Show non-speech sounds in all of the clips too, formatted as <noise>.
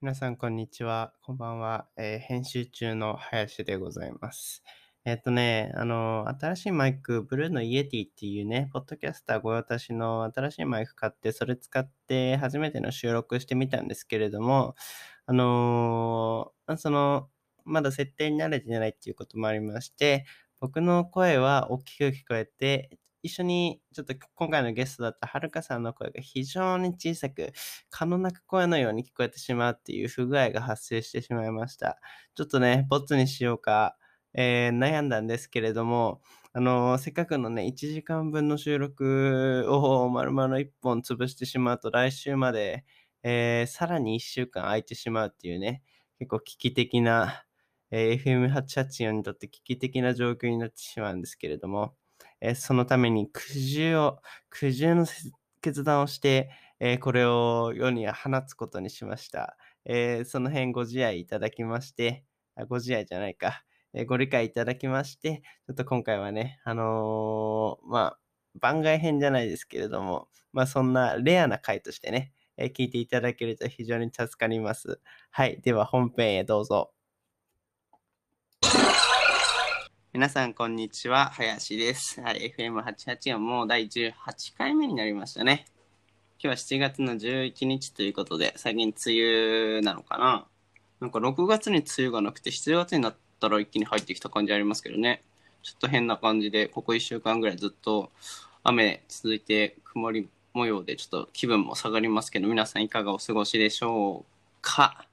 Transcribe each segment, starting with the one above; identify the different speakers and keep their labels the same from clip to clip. Speaker 1: 皆さん、こんにちは。こんばんは。えー編集中の林でございます。えっ、とね、あの、新しいマイク、ブルーのイエティっていうね、ポッドキャスター御用達の新しいマイク買って、それ使って初めての収録してみたんですけれども、あのーその、まだ設定に慣れてないっていうこともありまして、僕の声は大きく聞こえて、一緒にちょっと今回のゲストだったはるかさんの声が非常に小さく、可能なく声のように聞こえてしまうっていう不具合が発生してしまいました。ちょっとね、ボツにしようか、えー悩んだんですけれども、あのーせっかくのね、1時間分の収録を丸々1本潰してしまうと、来週まで、えーさらに1週間空いてしまうっていうね、結構危機的な、えー FM884 にとって危機的な状況になってしまうんですけれども、えーそのために苦渋を、苦渋の決断をして、えーこれを世に放つことにしました。えーその辺ご自愛いただきまして、あご自愛じゃないか、えーご理解いただきまして、ちょっと今回はね、あのーまあ、番外編じゃないですけれども、まあ、そんなレアな回としてね、えー聞いていただけると非常に助かります。はい、では本編へどうぞ。皆さん、こんにちは。林です。はい、FM884 もう第18回目になりましたね。今日は7月の11日ということで、最近梅雨なのかななんか6月に梅雨がなくて、7月になったら一気に入ってきた感じありますけどね。ちょっと変な感じで、ここ1週間ぐらいずっと雨続いて曇り模様で、ちょっと気分も下がりますけど、皆さんいかがお過ごしでしょうか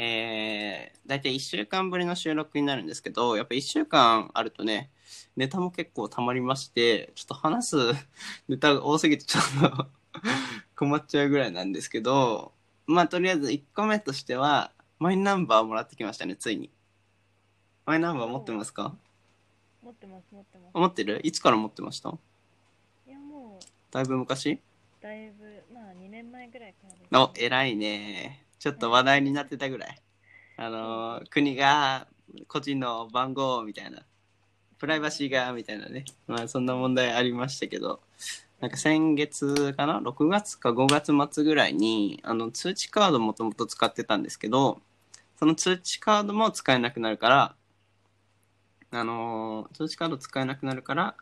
Speaker 1: えー、大体1週間ぶりの収録になるんですけど、やっぱ1週間あるとね、ネタも結構溜まりまして、ちょっと話す <laughs> ネタが多すぎてちょっと <laughs> 困っちゃうぐらいなんですけど、まあとりあえず1個目としては、マイナンバーもらってきましたね、ついに。マイナンバー持ってますか
Speaker 2: 持ってます持ってま
Speaker 1: あ持ってるいつから持ってました
Speaker 2: すいやもう
Speaker 1: だいぶ昔
Speaker 2: だいぶまあ2年前ぐらいからです、
Speaker 1: お、偉いね。ちょっと話題になってたぐらい。あのー国が個人の番号みたいな、プライバシーがみたいなね、まあそんな問題ありましたけど、なんか先月かな ?6 月か5月末ぐらいに、あの通知カードもともと使ってたんですけど、その通知カードも使えなくなるから、あのー通知カード使えなくなるから、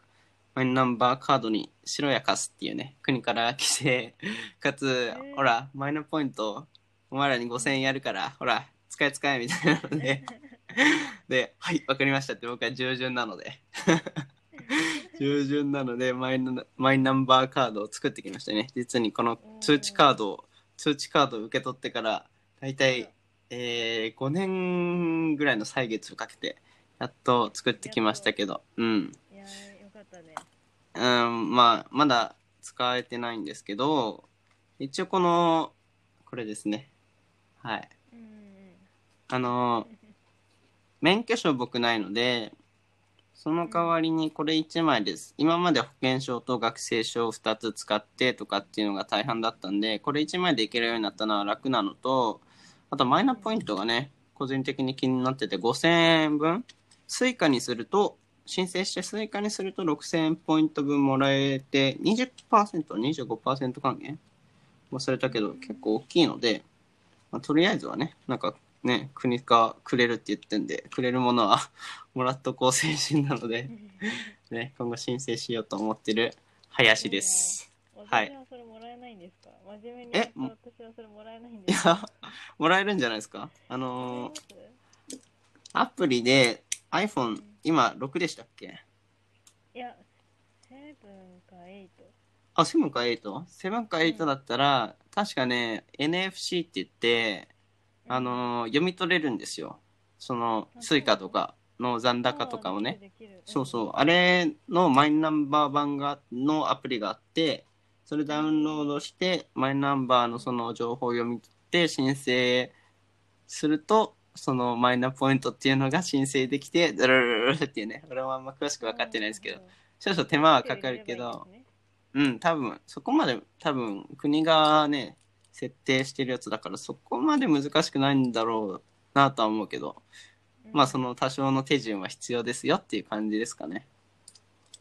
Speaker 1: マイナンバーカードに白やかすっていうね、国から規制、かつ、ほら、マイナポイント、お前らに5000円やるから、ほら、使え使えみたいなので、で、はい、わかりましたって僕は従順なので、従順なのでマイナ、マイナンバーカードを作ってきましたね。実にこの通知カードを、通知カードを受け取ってから、だいたい、えー、5年ぐらいの歳月をかけて、やっと作ってきましたけど、うん。
Speaker 2: いやーよかったね。
Speaker 1: うん、まあ、まだ使えてないんですけど、一応この、これですね。はい。
Speaker 2: うんうん
Speaker 1: あの、免許証僕ないので、その代わりにこれ1枚です。今まで保険証と学生証を2つ使ってとかっていうのが大半だったんで、これ1枚でいけるようになったのは楽なのと、あとマイナポイントがね、個人的に気になってて5000円分、スイカにすると、申請してスイカにすると6000円ポイント分もらえて20%、25%還元忘れたけど、結構大きいので、まあ、とりあえずはね、なんかね、国がくれるって言ってんで、くれるものは <laughs> もらっとこう精神なので
Speaker 2: う、ん。
Speaker 1: ね、今後申請しようと思ってる林です。はい
Speaker 2: 私はそれもらえないんですか真面目に
Speaker 1: え
Speaker 2: やった私はそれもらえないん
Speaker 1: い
Speaker 2: ですか
Speaker 1: や、もらえるんじゃないですかあのーアプリで iPhone 今6でしたっけ
Speaker 2: いや、セブンかエイト。
Speaker 1: あ、7か 8?7 か8だったら、確かね、NFC って言って、
Speaker 2: うん
Speaker 1: あ、のー読み取れるんですよ。その、
Speaker 2: あ
Speaker 1: スイカとかの残高とかをね。
Speaker 2: できる。できる
Speaker 1: そうそう。あれのマイナンバー版が、のアプリがあって、それダウンロードして、マイナンバーのその情報を読み取って申請すると、そのマイナポイントっていうのが申請できて、ドゥルルルルルっていうね、俺はあんま詳しく分かってないですけど、。少々手間はかかるけど、うん、多分、そこまで、多分、国がね、設定してるやつだから、そこまで難しくないんだろうなとは思うけど、まあそ
Speaker 2: の。
Speaker 1: の多少の手順は必要ですよっていう感じですかね。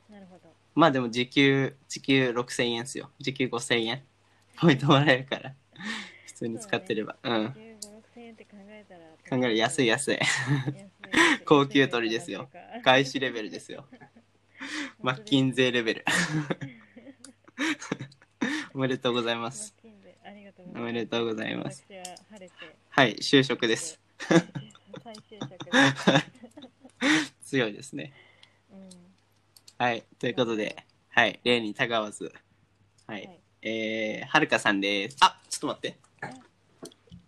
Speaker 2: なるほど。
Speaker 1: まあでも時給、時給6000円ですよ。時給5000円。ポイントもらえるから。普通に使ってれば。う
Speaker 2: 15、
Speaker 1: ん。
Speaker 2: 6000って考えたら
Speaker 1: 考える安い安い。
Speaker 2: 安い安い
Speaker 1: 高級鳥ですよ
Speaker 2: 安いかな
Speaker 1: 外資レベルですよ。マッキン
Speaker 2: <laughs>
Speaker 1: ゼーレベル。おめでとうございま
Speaker 2: マ
Speaker 1: す。
Speaker 2: ッキンゼありがとう
Speaker 1: おめでとうござい
Speaker 2: ご
Speaker 1: ます。
Speaker 2: 私は晴れて
Speaker 1: はい、就職です。。
Speaker 2: 再就職です。
Speaker 1: 強いですね。
Speaker 2: うん。
Speaker 1: はい、ということで、はい、例にたがわず。は、。
Speaker 2: はい
Speaker 1: えー、はるかさんです。あ、ちょっと待って。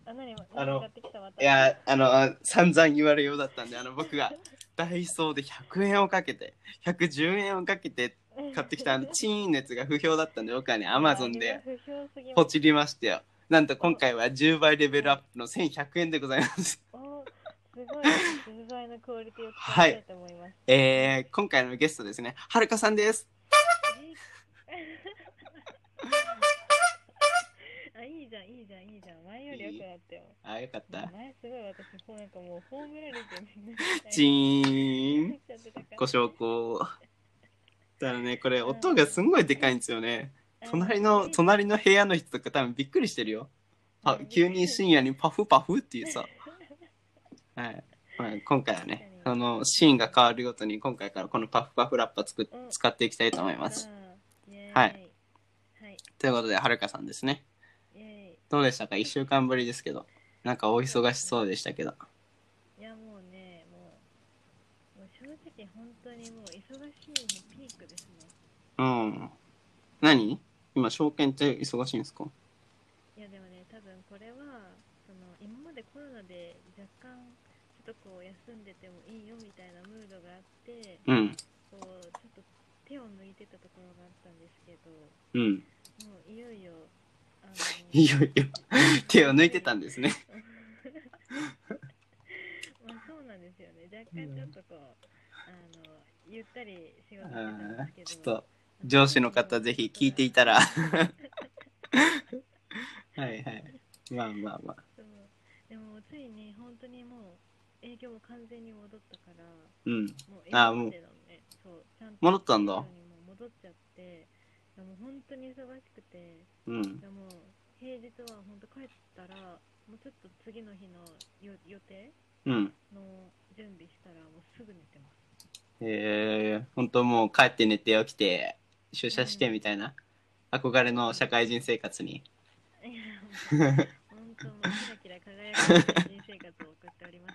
Speaker 2: あ、何も
Speaker 1: あの
Speaker 2: 買ってきたまた。
Speaker 1: いや、あの、散々言われようだったんで、あの、僕が。ダイソーで100円をかけて、110円をかけて買ってきたあのチーンのやつが不評だったんで、僕はね、アマゾン
Speaker 2: いや
Speaker 1: で。
Speaker 2: 不評すぎま
Speaker 1: ポ
Speaker 2: す
Speaker 1: チりましたよ。なんと今回は10倍レベルアップの1100円でございます。
Speaker 2: おすごい素材のクオリティを伝えたいと思います。
Speaker 1: えー、今回のゲストですね、はるかさんです。
Speaker 2: あ、いいじゃん、いいじゃん、いいじゃん。前より良くなったよ。
Speaker 1: あー、よかった。
Speaker 2: 前すごい私、こうなんかもう葬ら
Speaker 1: <laughs>
Speaker 2: れてみんな。
Speaker 1: チーン。
Speaker 2: <laughs> ちゃってたから
Speaker 1: ご紹介。だからね、これ音がすんごいでかいんですよね。隣の、隣の部屋の人とか多分びっくりしてるよ。あ急に深夜にパフパフっていうさ。はい。まあ、今回はね、そのシーンが変わるごとに今回からこのパフパフラッパ作っ使っていきたいと思います。
Speaker 2: うん。イエーイ
Speaker 1: は
Speaker 2: はいい。
Speaker 1: ということで、はるかさんですね。
Speaker 2: イエーイ
Speaker 1: どうでしたか ?1 週間ぶりですけど。なんかお忙しそうでしたけど。
Speaker 2: いやもうね、もう、もう正直本当にもう忙しいのピークですね。
Speaker 1: うん。何今、証券って忙しいんですか
Speaker 2: いやでもね、多分これは、その今までコロナで若干、ちょっとこう休んでてもいいよみたいなムードがあって、
Speaker 1: うん。
Speaker 2: こう、ちょっと手を抜いてたところがあったんですけど、
Speaker 1: うん。
Speaker 2: もういよいよ、あの、
Speaker 1: いよいよ手を抜いてたんですね。
Speaker 2: まあそうなんですよね。若干ちょっとこう、あの、ゆったり仕事してたん
Speaker 1: あー
Speaker 2: です
Speaker 1: ちょっ
Speaker 2: けど、
Speaker 1: と上司の方ぜひ聞いていた
Speaker 2: <laughs>
Speaker 1: らはいはい。まあまあまあ。
Speaker 2: そうでもついに本当にもう営業も完全に戻ったから
Speaker 1: うん。
Speaker 2: もう
Speaker 1: あー
Speaker 2: 今までのねそうちゃんと
Speaker 1: 戻ったんだ
Speaker 2: 営業にもう戻っちゃってでも本当に忙しくて
Speaker 1: うん。
Speaker 2: でも平日は本当帰ったらもうちょっと次の日の予予定
Speaker 1: うん。
Speaker 2: の準備したらもうすぐ寝てます
Speaker 1: えー、本当もう帰って寝て起きて、出社してみたいな、憧れの社会人生活に。
Speaker 2: <laughs> いや本当もうキラキラ輝く人生活を送っておりま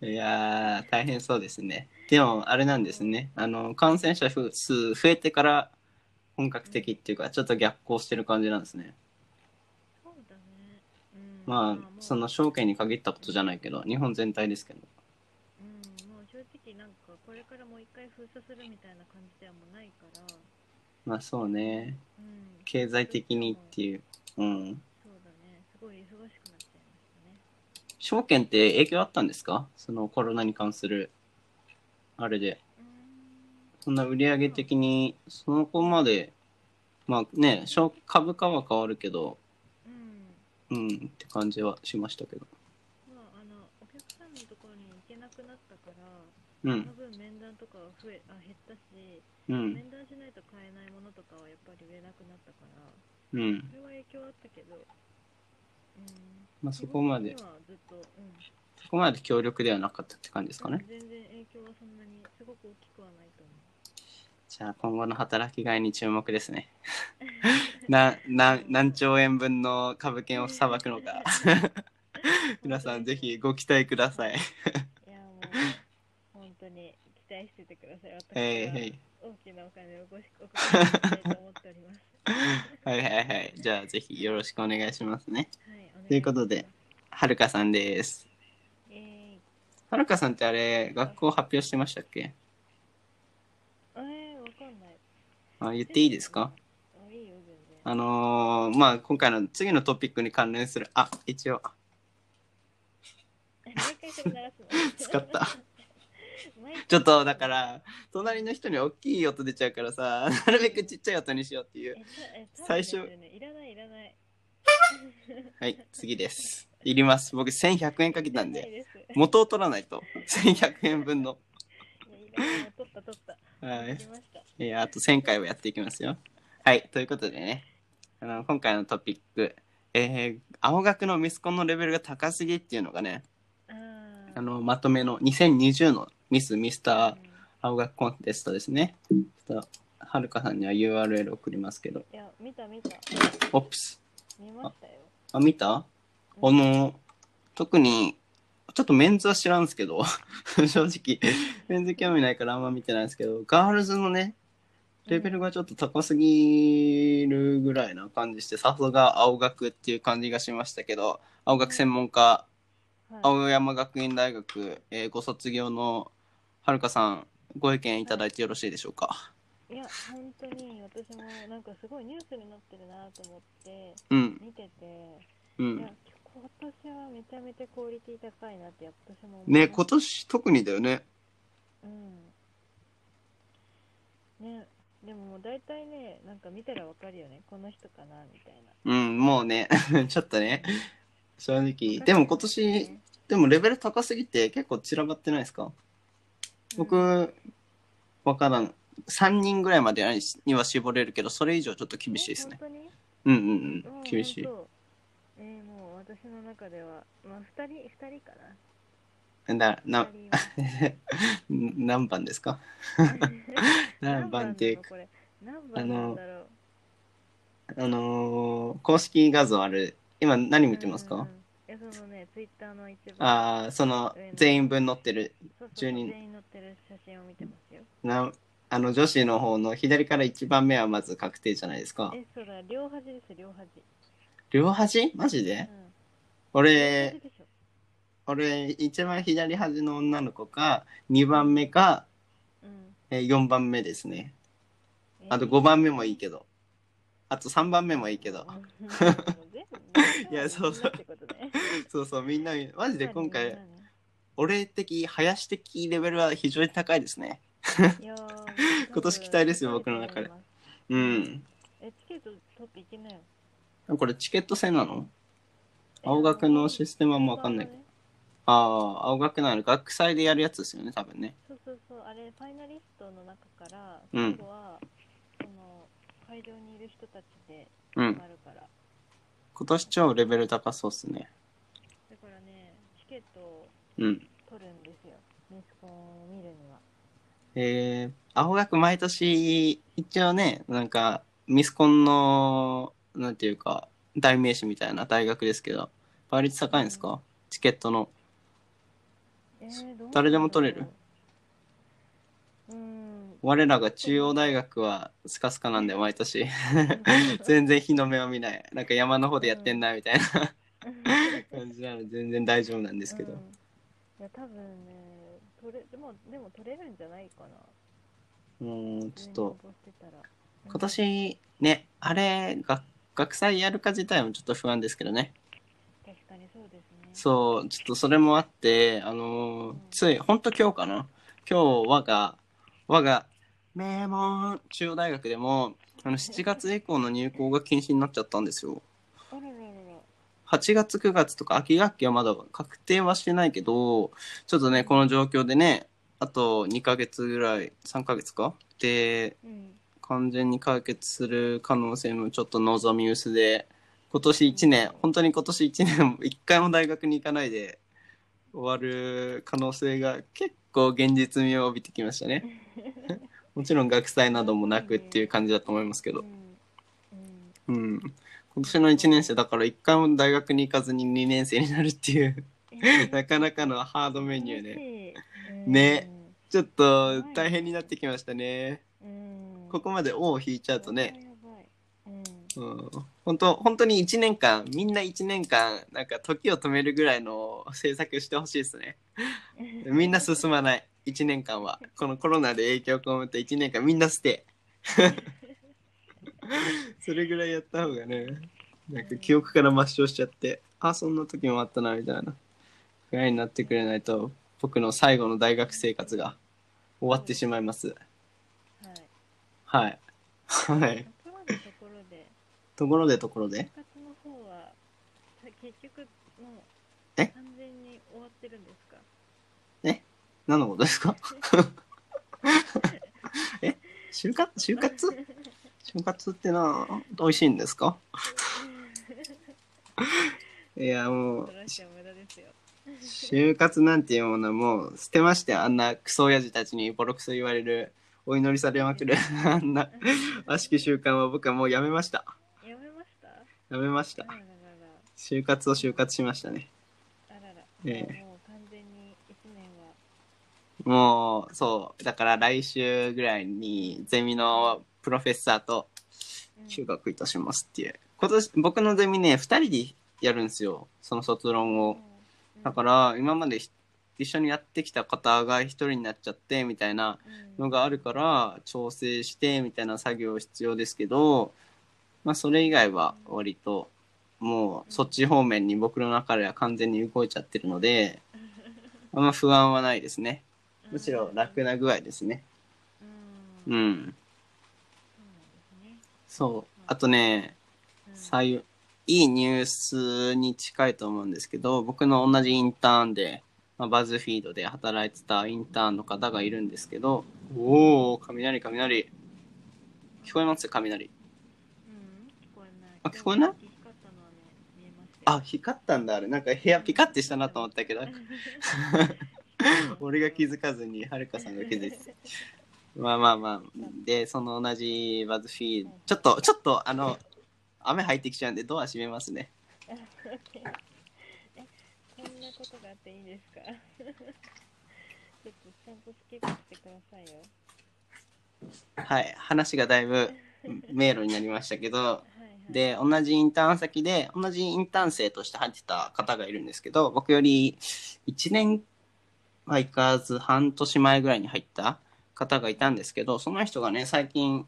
Speaker 2: す
Speaker 1: いやー、大変そうですね。でも、あれなんですね。あの、感染者数増えてから本格的っていうか、ちょっと逆行してる感じなんですね。
Speaker 2: そうだね、うん、
Speaker 1: まあ
Speaker 2: も、う
Speaker 1: その証券に限ったことじゃないけど、日本全体ですけど。
Speaker 2: うん、もう正直なんかこれからもう一回封鎖するみたいな感じではもうないから、う
Speaker 1: まあそうね。
Speaker 2: ん、
Speaker 1: 経済的にっていう。うん。
Speaker 2: そうだね、すごい忙しくなっちゃいましたね。
Speaker 1: 証券って影響あったんですかそのコロナに関する、あれで。
Speaker 2: うん、
Speaker 1: そんな売上的に、そこまで、まあね、証株価は変わるけど、
Speaker 2: うん、
Speaker 1: うんって感じはしましたけど。
Speaker 2: まああのお客さんのところに行けなくなったから、
Speaker 1: う
Speaker 2: そ
Speaker 1: ん
Speaker 2: の。分面談とかは増えあ減ったし、
Speaker 1: うん。
Speaker 2: 面談しないと買えないものとかはやっぱり売れなくなったから、
Speaker 1: うん。
Speaker 2: それは影響あったけど、うん、
Speaker 1: まあ、そこまで
Speaker 2: 基、本的にはずっと、うん、
Speaker 1: そこまで強力ではなかったって感じですかね。
Speaker 2: 全然影響はそんなにすごく大きくはないと思う。
Speaker 1: じゃあ、今後の働きがいに注目ですね。 <laughs> な、な、何兆円分の株券をさばくのか。皆さん、ぜひご期待ください。
Speaker 2: いやもう本当に期待しててください。私
Speaker 1: えい
Speaker 2: は
Speaker 1: えい
Speaker 2: 大きなお金をごしお金をしたいと思っております。
Speaker 1: はいはいはい。じゃあ、ぜひよろしくお願いしますね。
Speaker 2: はい、お願します
Speaker 1: ということで。はるかさんです。
Speaker 2: えー、
Speaker 1: はるかさんってあれ、学校発表してましたっけ
Speaker 2: えー、わかんない。
Speaker 1: あ言っていいですか
Speaker 2: あいいよ全然。
Speaker 1: あのーまあ、今回の次のトピックに関連する、あ、一応、
Speaker 2: 毎回それ鳴らすの。
Speaker 1: 使った。
Speaker 2: <laughs> 毎回
Speaker 1: ちょっとだか。ら隣の人に大きい音出ちゃうからさなるべくちっちゃい音にしようってい
Speaker 2: え
Speaker 1: う
Speaker 2: たえた
Speaker 1: 最初
Speaker 2: 多分ですよねいらないいらない。
Speaker 1: はい次ですいります僕1100円かけたん
Speaker 2: い
Speaker 1: で
Speaker 2: らないです。い
Speaker 1: 元を取らないと1100円分の
Speaker 2: やいらないもう取った取った。
Speaker 1: は
Speaker 2: 取
Speaker 1: い
Speaker 2: りました。
Speaker 1: いやあと1000回はやっていきますよはいということでねあの今回のトピックえー青学のミスコンのレベルが高すぎっていうのがね、
Speaker 2: あー
Speaker 1: あの、まとめの2020のミスミスター
Speaker 2: うん
Speaker 1: 青学コンテストですね。ちょっと、はるかさんには URL 送りますけど。
Speaker 2: いや見た見た
Speaker 1: オプス。
Speaker 2: 見ましたよ
Speaker 1: あ、見たあの、特に、ちょっとメンズは知らんすけど、 <laughs> 正直、メンズ興味ないからあんま見てないんですけど、ガールズのね、レベルがちょっと高すぎるぐらいな感じして、さすが青学っていう感じがしましたけど、青学専門家、
Speaker 2: はい
Speaker 1: 青山学院大学、えーご卒業のはるかさん、ご意見いただいてよろしいでしょうか。
Speaker 2: いや本当に私もなんかすごいニュースになってるなと思って
Speaker 1: うん、
Speaker 2: 見てて、
Speaker 1: う
Speaker 2: いや
Speaker 1: ん。
Speaker 2: 今年はめちゃめちゃクオリティ高いなってやっぱ私も思いま
Speaker 1: ね、
Speaker 2: した
Speaker 1: 今年特にだよね。
Speaker 2: うんねでももう大体ねなんか見たらわかるよねこの人かなみたいな
Speaker 1: うん、もうね、 <laughs> ちょっとね、正直。でも今年、
Speaker 2: ね
Speaker 1: でもレベル高すぎて結構散らばってないですか
Speaker 2: うん
Speaker 1: 僕、わからん。3人ぐらいまでには絞れるけど、それ以上ちょっと厳しいですね。
Speaker 2: 本当に
Speaker 1: うんうん
Speaker 2: う
Speaker 1: うんん。厳しい。
Speaker 2: 本当えーもう私の中ではまあ二人二人か
Speaker 1: な、
Speaker 2: な
Speaker 1: な、 <laughs>
Speaker 2: 二人は
Speaker 1: 何番ですか <laughs> 何番っていうか、
Speaker 2: これ何番なんだろう
Speaker 1: あのー公式画像ある。今何見てます
Speaker 2: うん
Speaker 1: か
Speaker 2: うんいやそのねツイッターの一番
Speaker 1: ああ、その、全員分載ってる。
Speaker 2: そうそうそう
Speaker 1: 10人
Speaker 2: 全員載ってる写真を見てますよ
Speaker 1: な、あの、女子の方の左から1番目はまず確定じゃないですか。
Speaker 2: えそうだ両端です両端
Speaker 1: 両端マジで
Speaker 2: うん
Speaker 1: 俺
Speaker 2: 両、端でしょ
Speaker 1: 俺、一番左端の女の子か、2番目か、
Speaker 2: うん
Speaker 1: えー4番目ですね。
Speaker 2: えー
Speaker 1: あと5番目もいいけど。あと3番目もいいけど。 <laughs>
Speaker 2: うん。
Speaker 1: いやそうそう
Speaker 2: ってことね。
Speaker 1: そうそう、みんな、マジで今
Speaker 2: 何
Speaker 1: 回、俺的、林的レベルは非常に高いですね。 <laughs>
Speaker 2: 何いやー
Speaker 1: 今年期待ですよ僕の中で。うん。
Speaker 2: え、チケット取っていけないよ。
Speaker 1: これチケット制なの青学のシステムはもうわかんないけど。
Speaker 2: ど。
Speaker 1: ああ、青学なら学祭でやるやつですよね、多分ね。
Speaker 2: そうそうそう、あれ、ファイナリストの中から、
Speaker 1: うん
Speaker 2: 最後は、その、会場にいる人たちで
Speaker 1: うん
Speaker 2: 決ま。るから。だ
Speaker 1: 今年超レベル高そうっすね。
Speaker 2: からね、チケットを
Speaker 1: うん。
Speaker 2: 取るんですよ。ミスコンを見るには。
Speaker 1: えー、青学毎年、一応ね、なんか、ミスコンの、なんていうか、代名詞みたいな大学ですけど、倍率高いんですかチケットの。
Speaker 2: えー、どうなんだろう
Speaker 1: 誰でも取れる
Speaker 2: うん。
Speaker 1: 我らが中央大学はスカスカなんで、毎年。 <laughs> <laughs>
Speaker 2: <laughs>
Speaker 1: 全然日の目を見ない。なんか山の方でやってんな、みたいな感じなので、全然大丈夫なんですけど
Speaker 2: う。んいや多分ね取れでもでも取れるんじゃないかな
Speaker 1: うん、ちょっと、
Speaker 2: 上に登ってたらうん
Speaker 1: 今年、ね、あれ、が学祭やるか自体もちょっと不安ですけどね。
Speaker 2: 確かにそうですね
Speaker 1: そう、ちょっとそれもあって、あのーつい、ほんと今日かな。今日、我が、我が、名門中央大学でも、あの、7月以降の入校が禁止になっちゃったんですよ。
Speaker 2: あらららら
Speaker 1: 8月、9月とか秋学期はまだ確定はしてないけど、ちょっとね、この状況でね、あと2ヶ月ぐらい、3ヶ月かで、
Speaker 2: うん
Speaker 1: 完全に解決する可能性もちょっと望み薄で今年1年本当に今年1年も1回 <laughs> も大学に行かないで終わる可能性が結構現実味を帯びてきましたねもちろん学祭などもなくっていう感じだと思いますけ
Speaker 2: う
Speaker 1: ど、
Speaker 2: んうん
Speaker 1: うん、今年の1年生だから1回も大学に行かずに2年生になるっていう <laughs> なかなかのハードメニューね
Speaker 2: ね
Speaker 1: ねちょっと大変になってきましたね
Speaker 2: うん
Speaker 1: ここまで「尾を引いちゃうとね
Speaker 2: やばいやばいうん
Speaker 1: うん本当本当に1年間みんな1年間なんか時を止めるぐらいの制作してほしいですねみんな進まない1年間はこのコロナで影響を被った1年間みんな捨て <laughs> それぐらいやった方がねなんか記憶から抹消しちゃってあそんな時もあったなみたいなぐらいになってくれないと僕の最後の大学生活が終わってしまいます
Speaker 2: はい
Speaker 1: はいはい
Speaker 2: ところでところで
Speaker 1: ところでところで
Speaker 2: 部活の方はさ結局もう
Speaker 1: え
Speaker 2: 完全に終わってるんですか
Speaker 1: 何のことですか <laughs> え就活就活就活ってな美味しいんですかいや、も、
Speaker 2: <laughs> そうらしては無駄ですよ。
Speaker 1: 就活なんていうものはもう捨てましてあんなクソ親父たちにボロクソ言われるお祈りされまくる <laughs> あんな悪しき習慣は僕はもうやめました
Speaker 2: やめました
Speaker 1: やめまし
Speaker 2: あ
Speaker 1: た
Speaker 2: ららら
Speaker 1: 就活を就活しましたね
Speaker 2: ら。あらら。
Speaker 1: ええ
Speaker 2: じゃあもう完全に1年は。
Speaker 1: もうそうだから来週ぐらいにゼミのプロフェッサーと
Speaker 2: うん
Speaker 1: 中学いたしますっていう今年僕のゼミね2人でやるんですよその卒論をだか、ら今までひ一緒にやってきた方が1人になっちゃってみたいなのがあるから調整してみたいな作業必要ですけど、まあ、それ以外は割ともうそっち方面に僕の中では完全に動いちゃってるの
Speaker 2: <laughs>
Speaker 1: であんま不安はないですねむしろ楽
Speaker 2: な。
Speaker 1: な具合ですね
Speaker 2: うん。
Speaker 1: う
Speaker 2: うん
Speaker 1: ん
Speaker 2: そうなん
Speaker 1: そ
Speaker 2: ですね
Speaker 1: うあとね
Speaker 2: うん
Speaker 1: 最いいニュースに近いと思うんですけど僕の同じインターンで、まあ、バズフィードで働いてたインターンの方がいるんですけどおお雷雷聞こえます雷
Speaker 2: うん、聞こえない。
Speaker 1: あ聞こえない
Speaker 2: 光ったのはね、見えましたよ
Speaker 1: あ、光ったんだあれなんか部屋ピカってしたなと思ったけど
Speaker 2: <laughs>
Speaker 1: 俺が気づかずにはるかさんが気づいてたまあまあまあでその同じバズフィードちょっとちょっとあの雨入ってきちゃうんでドア閉めますね
Speaker 2: え、こんなことがあっていいんですか <laughs> ちょっとちゃんとスキップしてくださいよ。
Speaker 1: はい話がだいぶ迷路になりましたけど
Speaker 2: はいはい、
Speaker 1: で同じインターン先で同じインターン生として入ってた方がいるんですけど僕より1年はいかず半年前ぐらいに入った方がいたんですけどその人がね最近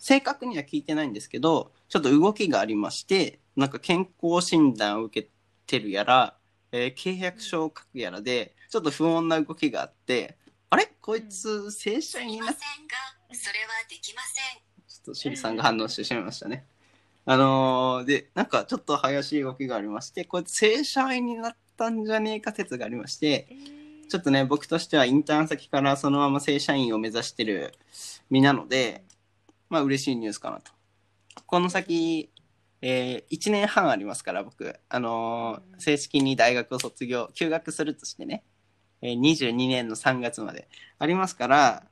Speaker 1: 正確には聞いてないんですけどちょっと動きがありましてなんか健康診断を受けてるやら、えー契約書を書くやらでちょっと不穏な動きがあってあれこいつ正社
Speaker 3: で
Speaker 1: 員に
Speaker 3: き
Speaker 1: な
Speaker 3: ま
Speaker 1: っ
Speaker 3: せんが、それはできません。
Speaker 1: ちょっとシリさんが反応してしまいましたね。あのーで、なんかちょっと怪しい動きがありまして、これ正社員になったんじゃねえか説がありまして、
Speaker 2: えー、
Speaker 1: ちょっとね、僕としてはインターン先からそのまま正社員を目指してる身なので、まあ嬉しいニュースかなと。この先、え1年半ありますから、僕、あのー
Speaker 2: うん
Speaker 1: 正式に大学を卒業、休学するとしてね、えー22年の3月までありますから、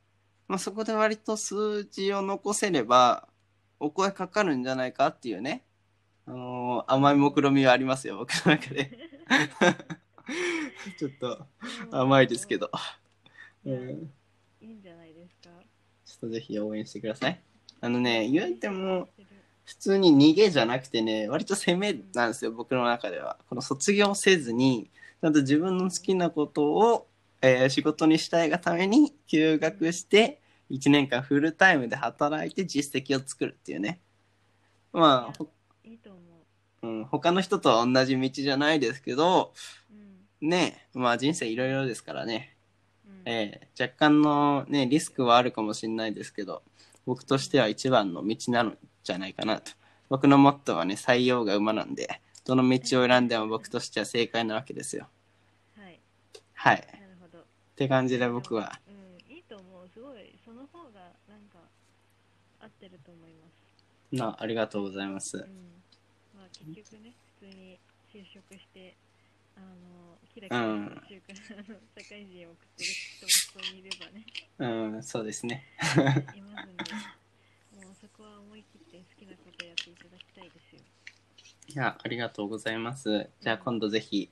Speaker 1: まあ、そこで割と数字を残せれば、お声かかるんじゃないかっていうね、あのー甘い目論みはありますよ、僕の中
Speaker 2: <laughs>
Speaker 1: で。ちょっと
Speaker 2: うん
Speaker 1: 甘いですけ。ど、
Speaker 2: いや
Speaker 1: うん
Speaker 2: いいんじゃないですか。
Speaker 1: ちょっとぜひ応援してください。あのね、言うても、
Speaker 2: してる。
Speaker 1: 普通に逃げじゃなくてね割と攻めなんですよ僕の中ではこの卒業せずにちゃんと自分の好きなことを、えー仕事にしたいがために休学して1年間フルタイムで働いて実績を作るっていうねまあほ、
Speaker 2: いいと思う。
Speaker 1: うん、他の人とは同じ道じゃないですけど
Speaker 2: うん。
Speaker 1: ねまあ人生いろいろですからね
Speaker 2: うん、
Speaker 1: えー若干の、ね、リスクはあるかもしれないですけど僕としては一番の道なのじゃないかなと僕のモットーはね採用が馬なんでどの道を選んでも僕としては正解なわけですよ
Speaker 2: はい。
Speaker 1: はい
Speaker 2: なるほど。
Speaker 1: って感じで僕は
Speaker 2: うん、いいと思う。すごい、その方が、なんか、合ってると思います。
Speaker 1: なありがとうございます
Speaker 2: うん。まあ、結局ね、普通に就職して、あの、キラキラした中華、あの社会人を送ってる人もそこにいればね、
Speaker 1: <laughs> うんそうですね
Speaker 2: いますんで、もうそこは思い切って好きなことやっていただきたいですよ。
Speaker 1: いやありがとうございますじゃあ今度ぜひ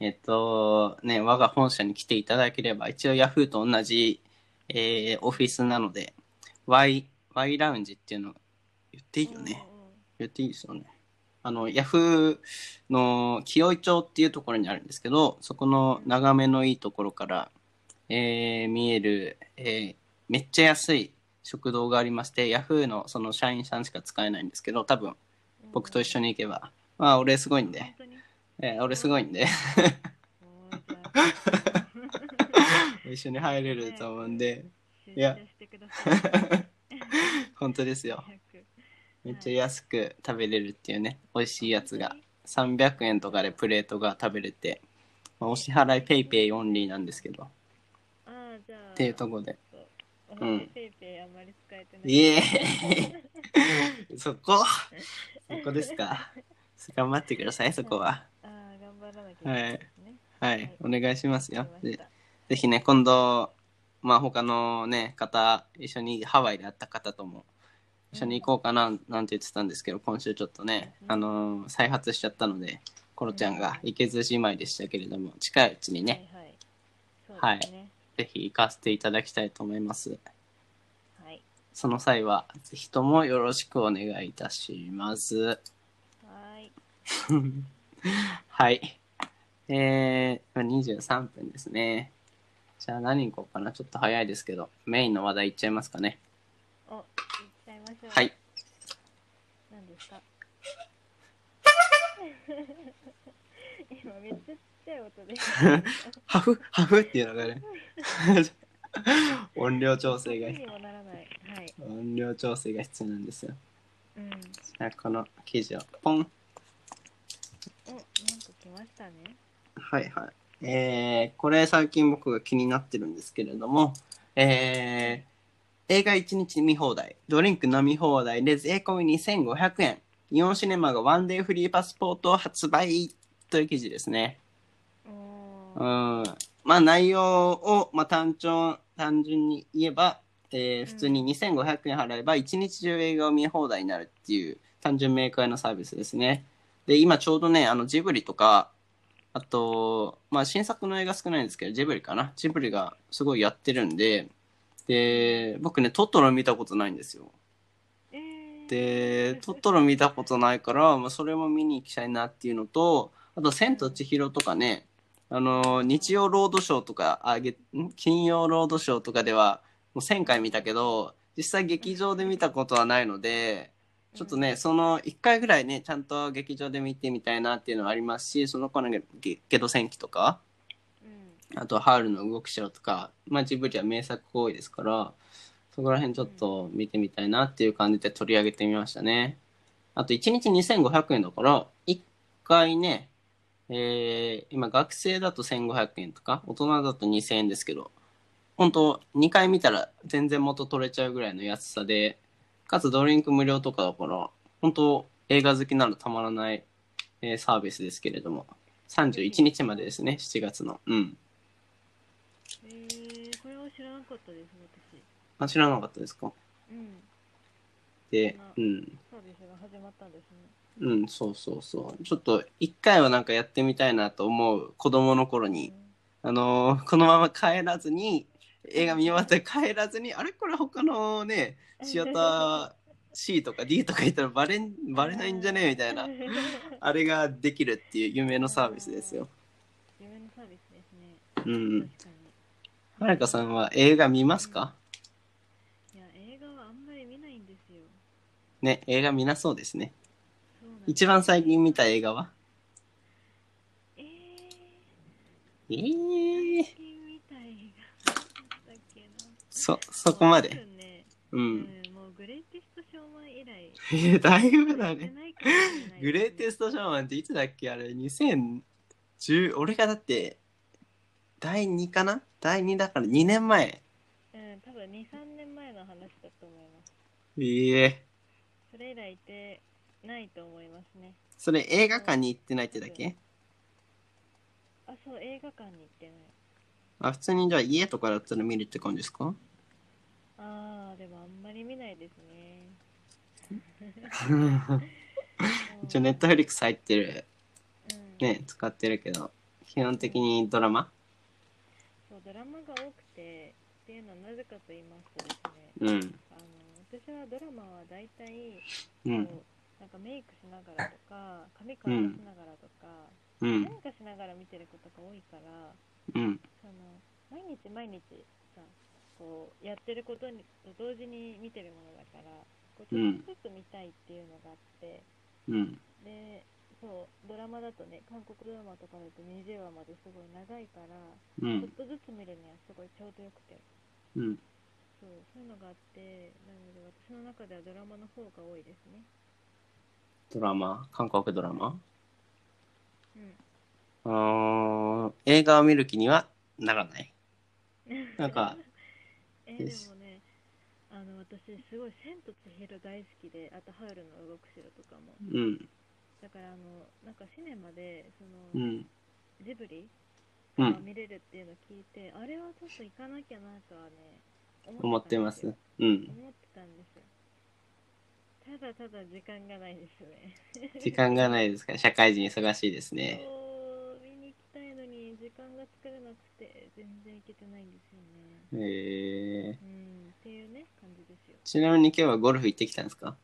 Speaker 1: えっとね我が本社に来ていただければ一応 Yahoo と同じ、えーオフィスなので Y, y ラウンジっていうの言っていいよね、言っていいですよね。あの、ヤフーの清井町っていうところにあるんですけど、そこの眺めのいいところから、えー見える、えーめっちゃ安い食堂がありまして、ヤフーのその社員さんしか使えないんですけど、多分
Speaker 2: うんうん
Speaker 1: 僕と一緒に行けば、まあ俺すごいんで
Speaker 2: 本、
Speaker 1: <laughs>
Speaker 2: 当に
Speaker 1: えー俺すごいんで、 <laughs>
Speaker 2: もうじゃあ
Speaker 1: 一緒に入れると思うんで、
Speaker 2: 出
Speaker 1: いや
Speaker 2: 社してください。
Speaker 1: 本当ですよ。
Speaker 2: 早く
Speaker 1: めっちゃ安く食べれるっていうね、美味しいやつが。300円とかでプレートが食べれて、まあ、お支払いペイペイオンリーなんですけど、っ
Speaker 2: ああ、じゃあ。
Speaker 1: ていうとこで。
Speaker 2: お
Speaker 1: うん
Speaker 2: 箸ペイペイあんまり
Speaker 1: <laughs>
Speaker 2: 使えてない。
Speaker 1: いえそこそこですか。頑張ってください、そこは。
Speaker 2: ああ、頑張らなきゃいけないですね。
Speaker 1: はい、お願いしますよ
Speaker 2: わ。かり
Speaker 1: ぜ
Speaker 2: ました
Speaker 1: ぜひね、今度、まあ他のね、方、一緒にハワイで会った方とも一緒に行こうかな、なんて言ってたんですけど、今週ちょっとね、あのー再発しちゃったので、コロちゃんが行けずじまいでしたけれども、近いうちにね、。
Speaker 2: はいはい。そうですね。
Speaker 1: ぜひ行かせていただきたいと思います。
Speaker 2: はい。
Speaker 1: その際は、ぜひともよろしくお願いいたします。
Speaker 2: はーい。
Speaker 1: <laughs> はい。えー、まあ23分ですね。じゃあ何行こうかな。ちょっと早いですけど、メインの話題いっちゃいますかね。
Speaker 2: お、行っちゃいましょう。
Speaker 1: はい。。
Speaker 2: 何ですか <laughs> 今めっちゃちっちゃい音で。
Speaker 1: ハフハフっていうのがね。音量 <laughs> 調整が
Speaker 2: 気、にもならない。はい。
Speaker 1: 音量調整が必要なんですよ。
Speaker 2: うん。お、な
Speaker 1: じゃあ
Speaker 2: んか
Speaker 1: この記事をポン。
Speaker 2: 来ましたね。
Speaker 1: はいはい。えー、これ最近僕が気になってるんですけれども、えー、映画1日見放題、ドリンク飲み放題で税込み2500円。イオンシネマがワンデーフリーパスポートを発売という記事ですね。
Speaker 2: お
Speaker 1: う
Speaker 2: ー。
Speaker 1: ん。まあ内容を、まあ、単調、単純に言えば、えー普通に2500円払えば1日中映画を見放題になるっていう単純明快なサービスですね。で、今ちょうどね、あのジブリとか、あと、まあ新作の映画少ないんですけど、ジブリかな。ジブリがすごいやってるんで、で、僕ね、トトロ見たことないんですよ。
Speaker 2: えー、
Speaker 1: で、トトロ見たことないから、まあ、それも見に行きたいなっていうのと、あと、千と千尋とかね、あの、日曜ロードショーとか、あげ、ん金曜ロードショーとかでは、もう1000回見たけど、実際劇場で見たことはないので、ちょっとね、その1回ぐらいね、ちゃんと劇場で見てみたいなっていうのはありますし、その子のゲゲド戦記とか、
Speaker 2: うん。
Speaker 1: あとはハウルの動く城とか、まあジブリは名作多いですから、そこら辺ちょっと見てみたいなっていう感じで取り上げてみましたね。あと1日2500円だから、1回ね、えー、今学生だと1500円とか、大人だと2000円ですけど、本当2回見たら全然元取れちゃうぐらいの安さで、かつドリンク無料とかだから、本当映画好きならたまらない、えーサービスですけれども、31日までですね、7月の。うん。
Speaker 2: えー、これは知らなかったです、私。
Speaker 1: あ、知らなかったですか
Speaker 2: うん。
Speaker 1: で、うん、
Speaker 2: サービスが始まったんですね。
Speaker 1: うん、そうそうそう。ちょっと、一回はなんかやってみたいなと思う子供の頃に、あのーこのまま帰らずに、映画見終わって帰らずに、あれこれ他のね、シアター C とか D とか言ったらバレん、バレないんじゃねえみた <laughs> いな、
Speaker 2: 夢の
Speaker 1: あれができるっていう夢のサービスですよ。
Speaker 2: サービスですね。
Speaker 1: うん。
Speaker 2: 確かに。
Speaker 1: はるかさんは映画見ますか
Speaker 2: いや、映画はあんまり見ないんですよ。
Speaker 1: ね、映画見なそうですね。
Speaker 2: そうなんです
Speaker 1: 一番最近見た映画は
Speaker 2: え
Speaker 1: え
Speaker 2: ー、
Speaker 1: ー、
Speaker 2: 最近見た映画だっけな。
Speaker 1: そ、そこま
Speaker 2: 多
Speaker 1: で。
Speaker 2: 分ね、
Speaker 1: う。
Speaker 2: うんん、もうグレイテストショーマン以来。
Speaker 1: え <laughs> だいぶだ
Speaker 2: やって
Speaker 1: ね。
Speaker 2: ないかもしれないですね
Speaker 1: グレイテストショーマンっていつだっけあれ、2010、俺がだって、第2かな第2だから2年前。
Speaker 2: うん、多分2、3年前の話だと思います。
Speaker 1: いいえ。
Speaker 2: それ以来ってないと思いますね。
Speaker 1: それ映画館に行ってないってだけ
Speaker 2: あ、そう、映画館に行ってない。
Speaker 1: あ、普通にじゃあ家とかだったら見るって感じです <laughs> か
Speaker 2: あー、でもあんまり見ないですね。
Speaker 1: <laughs> 一応ネットフリックス入ってる、
Speaker 2: うん、
Speaker 1: ね、使ってるけど、基本的にドラマ
Speaker 2: そう、ドラマが多くて、っていうのはなぜかと言いますとですね、
Speaker 1: うん。
Speaker 2: あの私はドラマは大体、
Speaker 1: う
Speaker 2: こ
Speaker 1: ん。
Speaker 2: うなんかメイクしながらとか、髪乾かしながらとか、
Speaker 1: う
Speaker 2: なんん、。かしながら見てることが多いから、
Speaker 1: うん。
Speaker 2: その毎日毎日さこうやってることにと同時に見てるものだからこうち
Speaker 1: う
Speaker 2: ょ
Speaker 1: ん
Speaker 2: っとずつ見たいっていうのがあって、
Speaker 1: うん。
Speaker 2: でそうドラマだとね韓国ドラマとかだと20話まですごい長いから、
Speaker 1: う
Speaker 2: ちょっ
Speaker 1: ん。
Speaker 2: とずつ見るにはすごいちょうどよくて
Speaker 1: うん。
Speaker 2: そうそういうのがあってなので私の中ではドラマの方が多いですね。
Speaker 1: ドラマ韓国ドラマ
Speaker 2: うん
Speaker 1: うーん映画を見る気にはならない。なんか、
Speaker 2: えー
Speaker 1: よ
Speaker 2: で
Speaker 1: し
Speaker 2: もねあの私すごい「千と千尋」大好きであと「ハウルの動く城」とかも
Speaker 1: うん。
Speaker 2: だからあのなんかシネマでそうの、
Speaker 1: ん。
Speaker 2: ジブリ
Speaker 1: う
Speaker 2: が
Speaker 1: ん。
Speaker 2: 見れるっていうのを聞いて、あれはちょっと行かなきゃなとはね
Speaker 1: 思ってま
Speaker 2: たん
Speaker 1: す
Speaker 2: で。
Speaker 1: う
Speaker 2: すよ
Speaker 1: ん。
Speaker 2: 思ってたんですよただただ時間がないですね
Speaker 1: 時間がないですから、社会人忙しいですね。
Speaker 2: そう見に行きたいのに時間が作れなくて全然行けてないんですよね
Speaker 1: えー、
Speaker 2: うんっていうね感じですよ
Speaker 1: ちなみに今日はゴルフ行ってきたんですか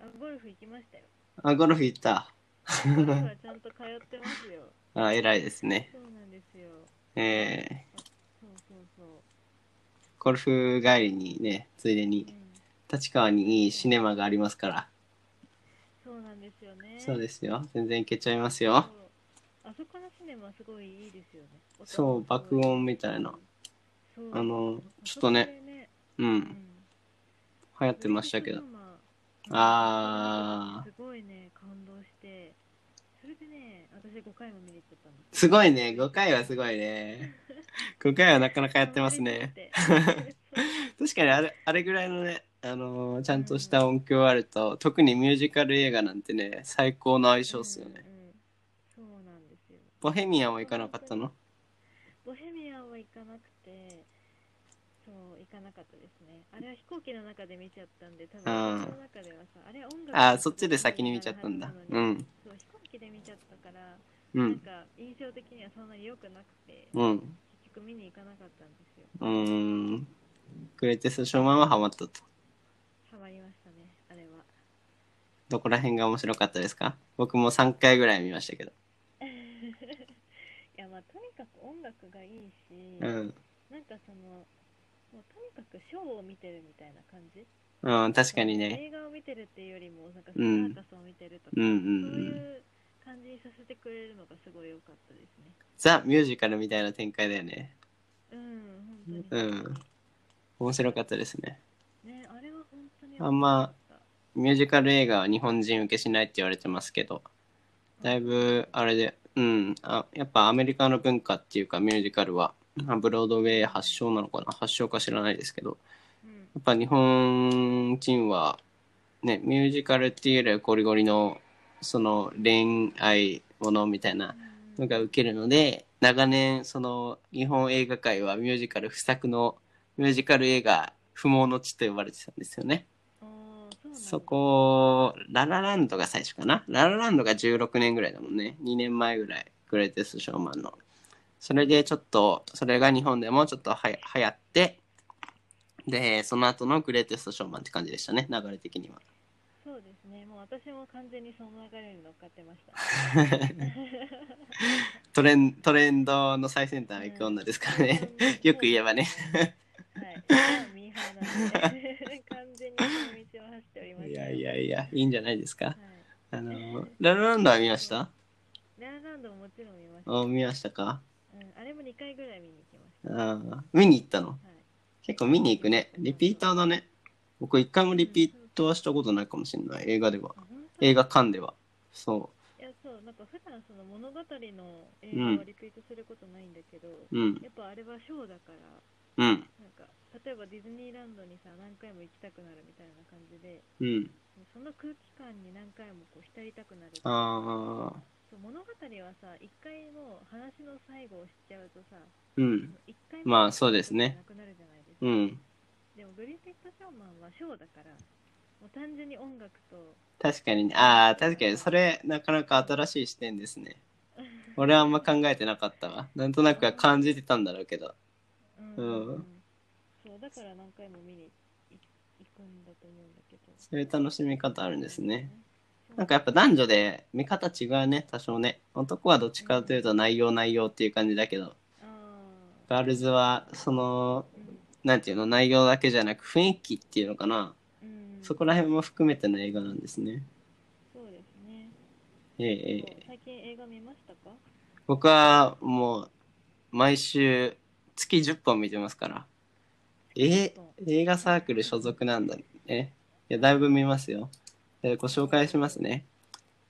Speaker 2: あゴルフ行きましたよ
Speaker 1: あ、ゴルフ行った。
Speaker 2: ゴルフはちゃんと通ってますよ
Speaker 1: あ、偉いですね。
Speaker 2: そうなんですよ
Speaker 1: えー、
Speaker 2: そうそうそう
Speaker 1: ゴルフ帰りにね、ついで
Speaker 2: う
Speaker 1: に、
Speaker 2: ん
Speaker 1: 立川にいいシネマがありますから。
Speaker 2: そうなんですよね
Speaker 1: そうですよ。全然行けちゃいます
Speaker 2: そう
Speaker 1: よ。
Speaker 2: あそこのシネマすごいいいですよね音がす
Speaker 1: そ
Speaker 2: ご
Speaker 1: う
Speaker 2: い
Speaker 1: 爆音みたいな
Speaker 2: そう
Speaker 1: あのちょっ
Speaker 2: そ
Speaker 1: と
Speaker 2: こ
Speaker 1: ね
Speaker 2: で
Speaker 1: う。
Speaker 2: うんん
Speaker 1: 流行ってましたけど
Speaker 2: ブ。レイクドラマ
Speaker 1: あー
Speaker 2: すごいね感動してそれでね私5回も見に行っちゃったんです
Speaker 1: すごいね。5回はすごいね。5回はなかなかやってます <laughs>
Speaker 2: <laughs>
Speaker 1: ね。
Speaker 2: ハマりすぎて
Speaker 1: 確かにあれあれぐらいのね、あのーちゃんとした音響あると、特にミュージカル映画なんてね、最高の相性っすよね。
Speaker 2: うんうんそうなんですよ
Speaker 1: ボヘミアンは行かなかったの
Speaker 2: ボヘミアンは行かなくてそう行かなかったですねあれは飛行機の中で見ちゃったんで多分
Speaker 1: あー
Speaker 2: 私の中ではさあれは音楽
Speaker 1: あーそっちで先に見ちゃったんだ
Speaker 2: の。に
Speaker 1: うん。
Speaker 2: そう飛行機で見ちゃったから、
Speaker 1: う
Speaker 2: なん
Speaker 1: ん。
Speaker 2: か印象的にはそんなに良くなくて、
Speaker 1: うん。
Speaker 2: 結局見に行かなかったんですよ
Speaker 1: うーん。グレテスショーマンはハマったと。
Speaker 2: ハマりましたねあれ <laughs> は
Speaker 1: どこら辺が面白かったですか僕も3回ぐらい見ましたけど。
Speaker 2: いやまあとにかく音楽がいいし、
Speaker 1: うん。
Speaker 2: なんかそのもうとにかくショーを見てるみたいな感じ
Speaker 1: うん、確かにね。
Speaker 2: 映画を見てるっていうよりもなんかサ
Speaker 1: うん
Speaker 2: ーカスを見てるとか、
Speaker 1: うんうん
Speaker 2: そう
Speaker 1: う
Speaker 2: い
Speaker 1: ん。
Speaker 2: う感じにさせてくれるのがすごい良かったですね
Speaker 1: ザ・ミュージカルみたいな展開だよね。
Speaker 2: うん本当
Speaker 1: う
Speaker 2: に、
Speaker 1: ん。面白かったですね。
Speaker 2: ねあれは本当に
Speaker 1: あんま
Speaker 2: 良かっ
Speaker 1: ミュージカル映画は日本人受けしないって言われてますけど、
Speaker 2: た
Speaker 1: だいぶあれで、うん、あやっぱアメリカの文化っていうかミュージカルは、あブロードウェイ発祥なのかな発祥か知らないですけど、
Speaker 2: うん
Speaker 1: やっぱ日本人は、ね、ミュージカルっていうよりはゴリゴリの、その恋愛ものみたいな
Speaker 2: う
Speaker 1: の
Speaker 2: ん
Speaker 1: が受けるので長年その日本映画界はミュージカル不作のミュージカル映画不毛の地と呼ばれてたんですよね。
Speaker 2: あーそうなんだ
Speaker 1: そこララランドが最初かなララランドが16年ぐらいだもんね2年前ぐらいグレイテストショーマンのそれでちょっとそれが日本でもちょっとはや流行ってでその後のグレイテストショーマンって感じでしたね流れ的には
Speaker 2: そうですねもう私も完全にその流れに乗っかってました
Speaker 1: <laughs> トレントレンドの最先端行く女ですからねよく言えばね。
Speaker 2: はい。今はミーハーなんで、完全にこの道を走っております。
Speaker 1: いやい。やいやいいんじゃないですか
Speaker 2: は
Speaker 1: あのララランドは見ました
Speaker 2: い。ララランドももちろん見ました。う
Speaker 1: あ見ましたか
Speaker 2: ん、あれも2回ぐらい見に行きまし
Speaker 1: あ見に行ったの
Speaker 2: た。はい。
Speaker 1: 結構見に行くねリピーターだね僕一回もリピートはしたことないかもしれない映画では
Speaker 2: あ、本当
Speaker 1: 映画館ではそ
Speaker 2: いや、そう、なんか普段その物語の映画をリピートすることないんだけど、
Speaker 1: ううん
Speaker 2: やっぱあれはショーだから、
Speaker 1: うん
Speaker 2: なんか、例えばディズニーランドにさ、何回も行きたくなるみたいな感じで、
Speaker 1: うん
Speaker 2: その空気感に何回もこう浸りたくなる。
Speaker 1: ああ
Speaker 2: そう物語はさ、1回も話の最後を知っちゃうとさ、
Speaker 1: うん
Speaker 2: 一回
Speaker 1: まあそうですね
Speaker 2: なくなるじゃないですか。
Speaker 1: うん
Speaker 2: でもグリーンピットショーマンはショーだから、もう単純に音楽と、
Speaker 1: 確かにねああ確かにそれなかなか新しい視点ですね俺はあんま考えてなかったわなんとなくは感じてたんだろうけど
Speaker 2: うん
Speaker 1: うん
Speaker 2: そうだから何回も見に行行くんだと思うんだけど。
Speaker 1: そういう楽しみ方あるんですね。
Speaker 2: そう
Speaker 1: なんかやっぱ男女で見方違うね多少ね男はどっちかというと内容内容っていう感じだけど
Speaker 2: あー
Speaker 1: ガールズはその
Speaker 2: うん
Speaker 1: なんていうの内容だけじゃなく雰囲気っていうのかな
Speaker 2: うん、
Speaker 1: そこら辺も含めての映画なんですね
Speaker 2: そうですね。
Speaker 1: えええ
Speaker 2: そう
Speaker 1: え
Speaker 2: 最近映画見ましたか
Speaker 1: 僕はもう毎週月10本見てますからえ映画サークル所属なんだねいやだいぶ見ますよえご紹介しますね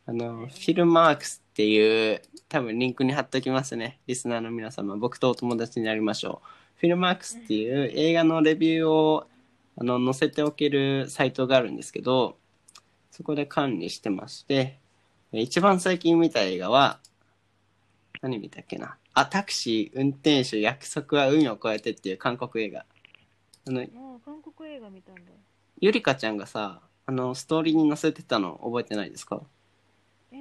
Speaker 1: あのフィルマークスっていう多分リンクに貼っときますねリスナーの皆様僕とお友達になりましょうフィルマークスっていう映画のレビューをあの載せておけるサイトがあるんですけどそこで管理してまして一番最近見た映画は、何見たっけなあ、タクシー、運転手、約束は海を越えてっていう韓国映画。あの、
Speaker 2: もう韓国映画見たんだ
Speaker 1: ゆりかちゃんがさ、あの、ストーリーに載せてたの覚えてないですか
Speaker 2: えー、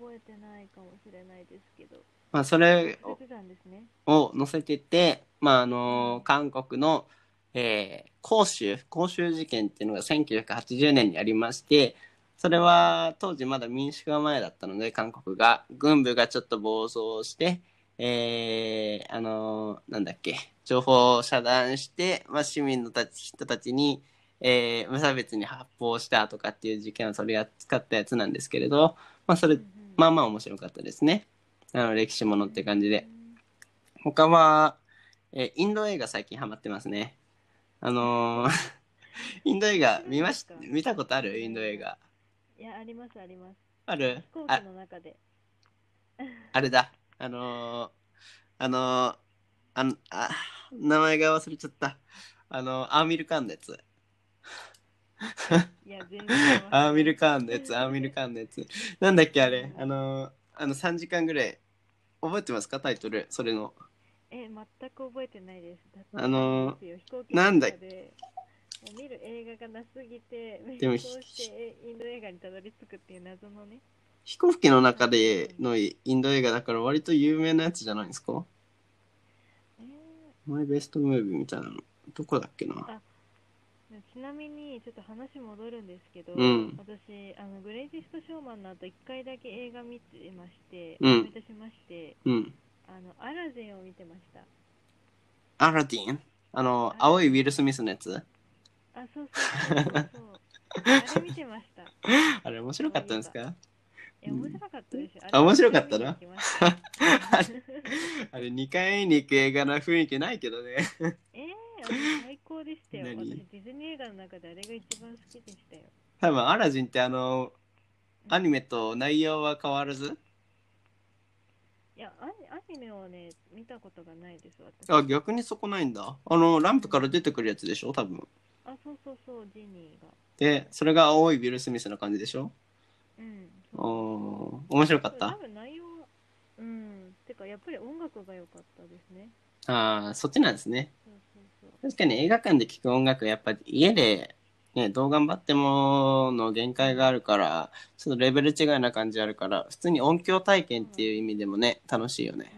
Speaker 2: 覚えてないかもしれないですけど
Speaker 1: まあ、それ
Speaker 2: やってたんですね
Speaker 1: を載せてて、まあ、あの、韓国の、えー、広州、広州事件っていうのが1980年にありまして、それは当時まだ民主化前だったので、韓国が、軍部がちょっと暴走して、えー、あの、なんだっけ、情報を遮断して、まあ、市民のたち人たちに、えー無差別に発砲したとかっていう事件を取り扱ったやつなんですけれど、まあ、それ、まあまあ面白かったですね。あの、歴史ものって感じで。他は、えーインド映画最近ハマってますね。あのー <laughs> インド映画見まし
Speaker 2: そうですか
Speaker 1: 見たことあるインド映画。
Speaker 2: いやありますあります
Speaker 1: ある
Speaker 2: 飛行
Speaker 1: あ
Speaker 2: 機、の中で
Speaker 1: あれだ。あのーあのーあの、あ、名前が忘れちゃった。あのーアーミルカーンのやつ。
Speaker 2: いや全然合わ
Speaker 1: アーミルカーンのやつ、アーミルカーンのやつ。なんだっけあれ。あのーあの3時間ぐらい。覚えてますかタイトル。それの。
Speaker 2: え全く覚えてないですだって
Speaker 1: あのー
Speaker 2: ですよ飛行機の
Speaker 1: なんだ
Speaker 2: 中でもう見る映画がなすぎて
Speaker 1: でも
Speaker 2: そうしてインド映画にたどり着くっていう謎のね
Speaker 1: 飛行機の中でのインド映画だから割と有名なやつじゃないですか
Speaker 2: え
Speaker 1: マイベストムービーみたいなの。どこだっけな
Speaker 2: あーちなみにちょっと話戻るんですけど、
Speaker 1: うん
Speaker 2: 私あのグレイティストショーマンの後一回だけ映画見てまして、
Speaker 1: うん
Speaker 2: 思い出しまして
Speaker 1: うん。
Speaker 2: あのアラジンを見てました
Speaker 1: アラディンあの、青いウィル・スミスのやつ。
Speaker 2: あそうそうそうそうそうあれ見てました
Speaker 1: あれ面白かったんですか
Speaker 2: え面白かったでしょ、
Speaker 1: あ面白かったな
Speaker 2: あれ見てきました
Speaker 1: あれ2回に行く映画の雰囲気ないけどね。 <laughs>
Speaker 2: えー、あれ最高でしたよ。
Speaker 1: 何
Speaker 2: 私、ディズニー映画の中であれが一番好きでしたよ。
Speaker 1: 多分アラジンってあの、アニメと内容は変わらず
Speaker 2: いや、アニアニメはね、見たことがないです、私。
Speaker 1: あ、逆にそこないんだ。あの、ランプから出てくるやつでしょ多分。
Speaker 2: あ、そうそうそう、ジニーが。
Speaker 1: で、それが青いウィル・スミスの感じでしょ
Speaker 2: うん。
Speaker 1: おー、面白かっ
Speaker 2: 多
Speaker 1: た。
Speaker 2: 分内容は、うん。てか、やっぱり音楽が良かったですね。
Speaker 1: あー、そっちなんですね。
Speaker 2: そうそうそう。
Speaker 1: 確かに映画館で聴く音楽やっぱ家で、ね、どう頑張ってもの限界があるからちょっとレベル違いな感じあるから普通に音響体験っていう意味でもね楽しいよね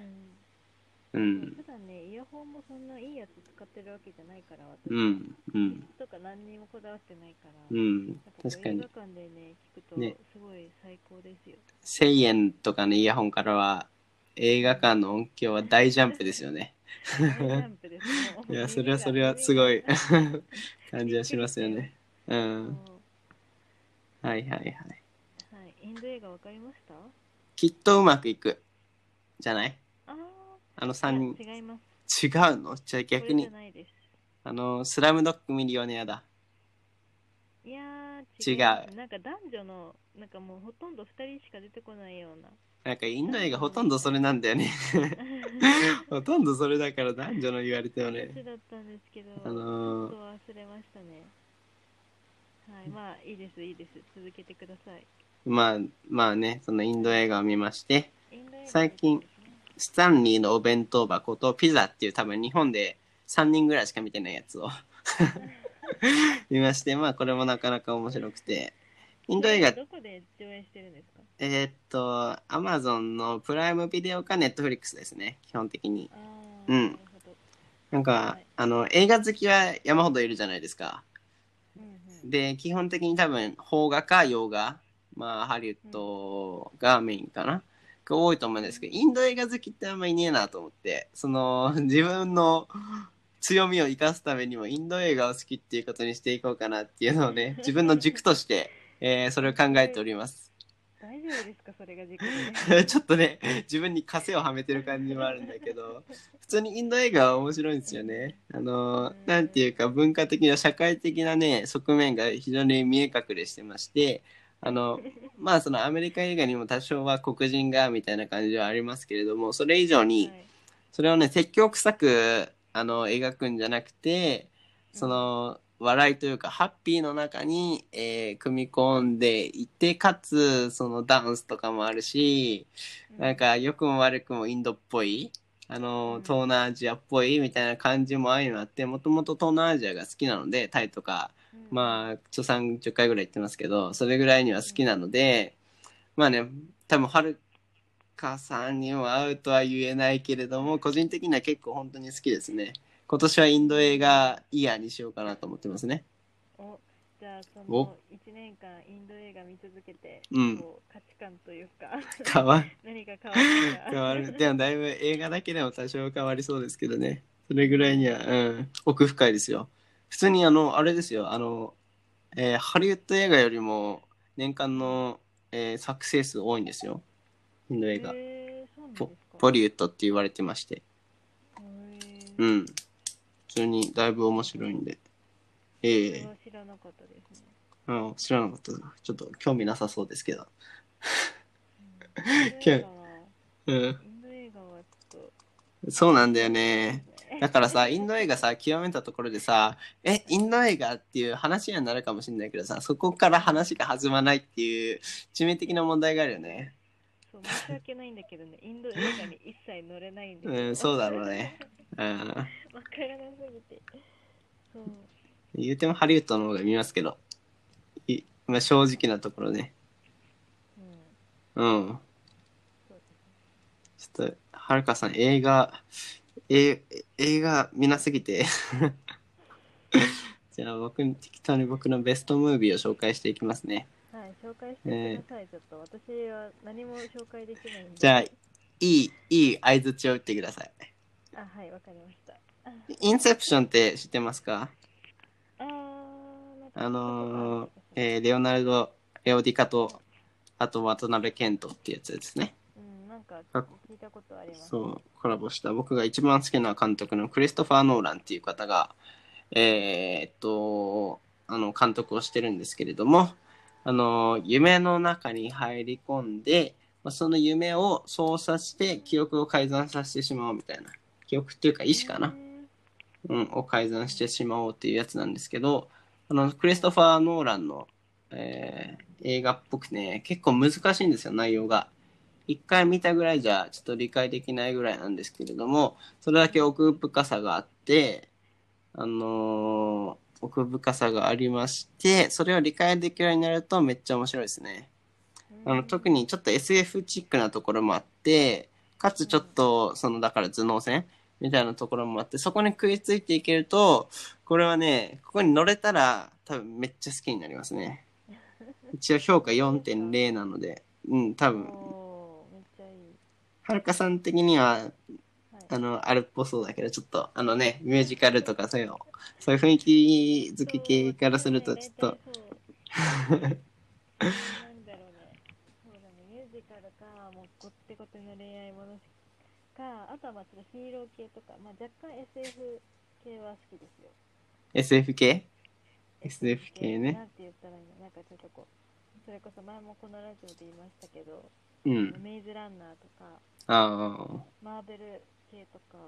Speaker 1: う
Speaker 2: う
Speaker 1: ん
Speaker 2: ん。普段ね、イヤホンもそんないいやつ使ってるわけじゃないから、私。
Speaker 1: うんうん
Speaker 2: とか何にもこだわってないから。
Speaker 1: うん
Speaker 2: なんこう
Speaker 1: 確か
Speaker 2: 映
Speaker 1: に
Speaker 2: 画館で <laughs> ね、聞くと、
Speaker 1: ね
Speaker 2: すごい最高ですよ。
Speaker 1: 1000円とかのイヤホンからは映画館の音響は大ジャンプですよねい
Speaker 2: い
Speaker 1: やそれはそれはすごい <laughs> 感じはしますよねう
Speaker 2: そうん
Speaker 1: はいはいはい
Speaker 2: はい、インド映画わかりました
Speaker 1: きっとうまくいくじゃない
Speaker 2: あ
Speaker 1: あの3
Speaker 2: あ、
Speaker 1: 人
Speaker 2: 違います。
Speaker 1: 違うのじゃあ逆
Speaker 2: これ
Speaker 1: に
Speaker 2: じゃないです。
Speaker 1: あの、スラムドッグミリオネアだ。
Speaker 2: いやー、
Speaker 1: 違う
Speaker 2: いますなんか男女の、なんかもうほとんど2人しか出てこないような。
Speaker 1: なんかインド映画ほとんどそれなんだよね。ほとんどそれだから男女の言われても
Speaker 2: 話
Speaker 1: ね。
Speaker 2: だったんですけど、
Speaker 1: あのー
Speaker 2: ちょっと忘れましたね。はい、まあいいです、いいです。続けてください。
Speaker 1: まあまあね、そのインド映画を見まして、
Speaker 2: インド映画ですね
Speaker 1: 最近スタンリーのお弁当箱とピザっていう多分日本で3人ぐらいしか見てないやつを <laughs> 見まして、まあこれもなかなか面白くて。インド映画、
Speaker 2: どこで上映してるんですか
Speaker 1: えーっと、アマゾンのプライムビデオかネットフリックスですね、基本的に。
Speaker 2: あー
Speaker 1: うん
Speaker 2: なるほど。
Speaker 1: なんか、あの、映画好きは山ほどいるじゃないですか。
Speaker 2: うんうん
Speaker 1: で基本的に多分邦画か洋画まあハリウッドがメインかな、が多いと思うんですけどインド映画好きってあんまりいねえなと思ってその自分の強みを生かすためにもインド映画を好きっていうことにしていこうかなっていうのをね自分の軸として、えーそれを考えております。
Speaker 2: 大丈夫ですかそれが軸
Speaker 1: <laughs>
Speaker 2: で
Speaker 1: ちょっとね自分に枷をはめてる感じもあるんだけど普通にインド映画は面白いんですよね。あの
Speaker 2: うん
Speaker 1: なんていうか文化的な社会的なね側面が非常に見え隠れしてましてあのまあそのアメリカ映画にも多少は黒人がみたいな感じはありますけれどもそれ以上に
Speaker 2: はい
Speaker 1: それをね説教臭くあの描くんじゃなくてその笑いというかハッピーの中に、えー組み込んでいてかつそのダンスとかもあるしなんか良くも悪くもインドっぽいあの
Speaker 2: うん
Speaker 1: 東南アジアっぽいみたいな感じも相まってもともと東南アジアが好きなのでタイとかまあちょ30回ぐらい行ってますけどそれぐらいには好きなのでまあね多分はるかさんには合うとは言えないけれども個人的には結構本当に好きですね今年はインド映画イヤーにしようかなと思ってますね
Speaker 2: <laughs> あおじゃあその
Speaker 1: お
Speaker 2: 1年間インド映画見続けて、
Speaker 1: うん
Speaker 2: こう価値観というか <laughs>
Speaker 1: 変わ
Speaker 2: 何か変わったか
Speaker 1: 変 <laughs> わるでもだいぶ映画だけでも多少変わりそうですけどねそれぐらいには、うん、奥深いですよ普通にあのあれですよあの、えーハリウッド映画よりも年間の、えー作成数多いんですよインド映画
Speaker 2: へーそうなんですか
Speaker 1: ボリウッドって言われてまして
Speaker 2: へー
Speaker 1: うん普通にだいぶ面白いんでえ
Speaker 2: それ
Speaker 1: え
Speaker 2: は知らなかったですね
Speaker 1: うん、知らなかったちょっと興味なさそうですけど <laughs>
Speaker 2: うんインド映画は
Speaker 1: うん
Speaker 2: インド映画はちょっと
Speaker 1: そうなんだよね
Speaker 2: え
Speaker 1: だからさ、インド映画さ、極めたところでさ、え、インド映画っていう話にはなるかもしれないけどさ、そこから話が弾まないっていう致命的な問題があるよね。
Speaker 2: そう申し訳ないんだけどねインド映画に一切乗れないんですよ
Speaker 1: うん、そうだろうね。うん。
Speaker 2: わからなすぎてそう
Speaker 1: 言うてもハリウッドの方が見ますけど。いまあ、正直なところね。
Speaker 2: う
Speaker 1: う
Speaker 2: ん
Speaker 1: ん。
Speaker 2: そうです
Speaker 1: ちょっと、はるかさん、映画、え映画見なすぎて。 <laughs> じゃあ僕、適当に僕のベストムービーを紹介していきますね。
Speaker 2: はい、紹介してください、ちょっと私は何も紹介できないんで。
Speaker 1: じゃあ、いい、いい相づちを打ってください。
Speaker 2: あ、はい、わかりました。あ
Speaker 1: インセプションって知ってますか
Speaker 2: あー、なんか
Speaker 1: あのー
Speaker 2: え
Speaker 1: えーレオナルド・レオディカと、あと渡辺謙斗ってやつですね。
Speaker 2: うん、なんか聞いたことあります。
Speaker 1: そう、コラボした僕が一番好きな監督のクリストファー・ノーランっていう方が、えーっと、あの、監督をしてるんですけれども、あの、夢の中に入り込んで、まあ、その夢を操作して記憶を改ざんさせてしまおうみたいな。記憶っていうか意思かな
Speaker 2: う。ん
Speaker 1: うん、を改ざんしてしまおうっていうやつなんですけどあのクリストファー・ノーランの、えー映画っぽくね結構難しいんですよ内容が一回見たぐらいじゃちょっと理解できないぐらいなんですけれどもそれだけ奥深さがあってあのー奥深さがありましてそれを理解できるようになるとめっちゃ面白いですね。あの特にちょっと SF チックなところもあってかつちょっとそのだから頭脳戦みたいなところもあってそこに食いついていけるとこれはねここに乗れたら多分めっちゃ好きになりますね一応評価4.0なのでうん多
Speaker 2: うん、
Speaker 1: 分
Speaker 2: おーめっちゃいい。
Speaker 1: はるかさん的には
Speaker 2: はい、
Speaker 1: あのあれっぽそうだけどちょっとあのねミュージカルとかそういうのそういう雰囲気好き系からするとちょっ
Speaker 2: <laughs>
Speaker 1: と
Speaker 2: そう大体そうなんだろうね。そうだね、ミュージカルか、もうごってごての恋愛ものか、あとはまあちょっとヒーロー系とか、まあ若干 SF 系は好きですよ。
Speaker 1: SF 系 SF 系ね
Speaker 2: なんて言ったらいいのなんかちょっとこう、それこそ前もこのラジオで言いましたけど、
Speaker 1: うん
Speaker 2: メイズランナーとか、
Speaker 1: あー
Speaker 2: マーベル系とか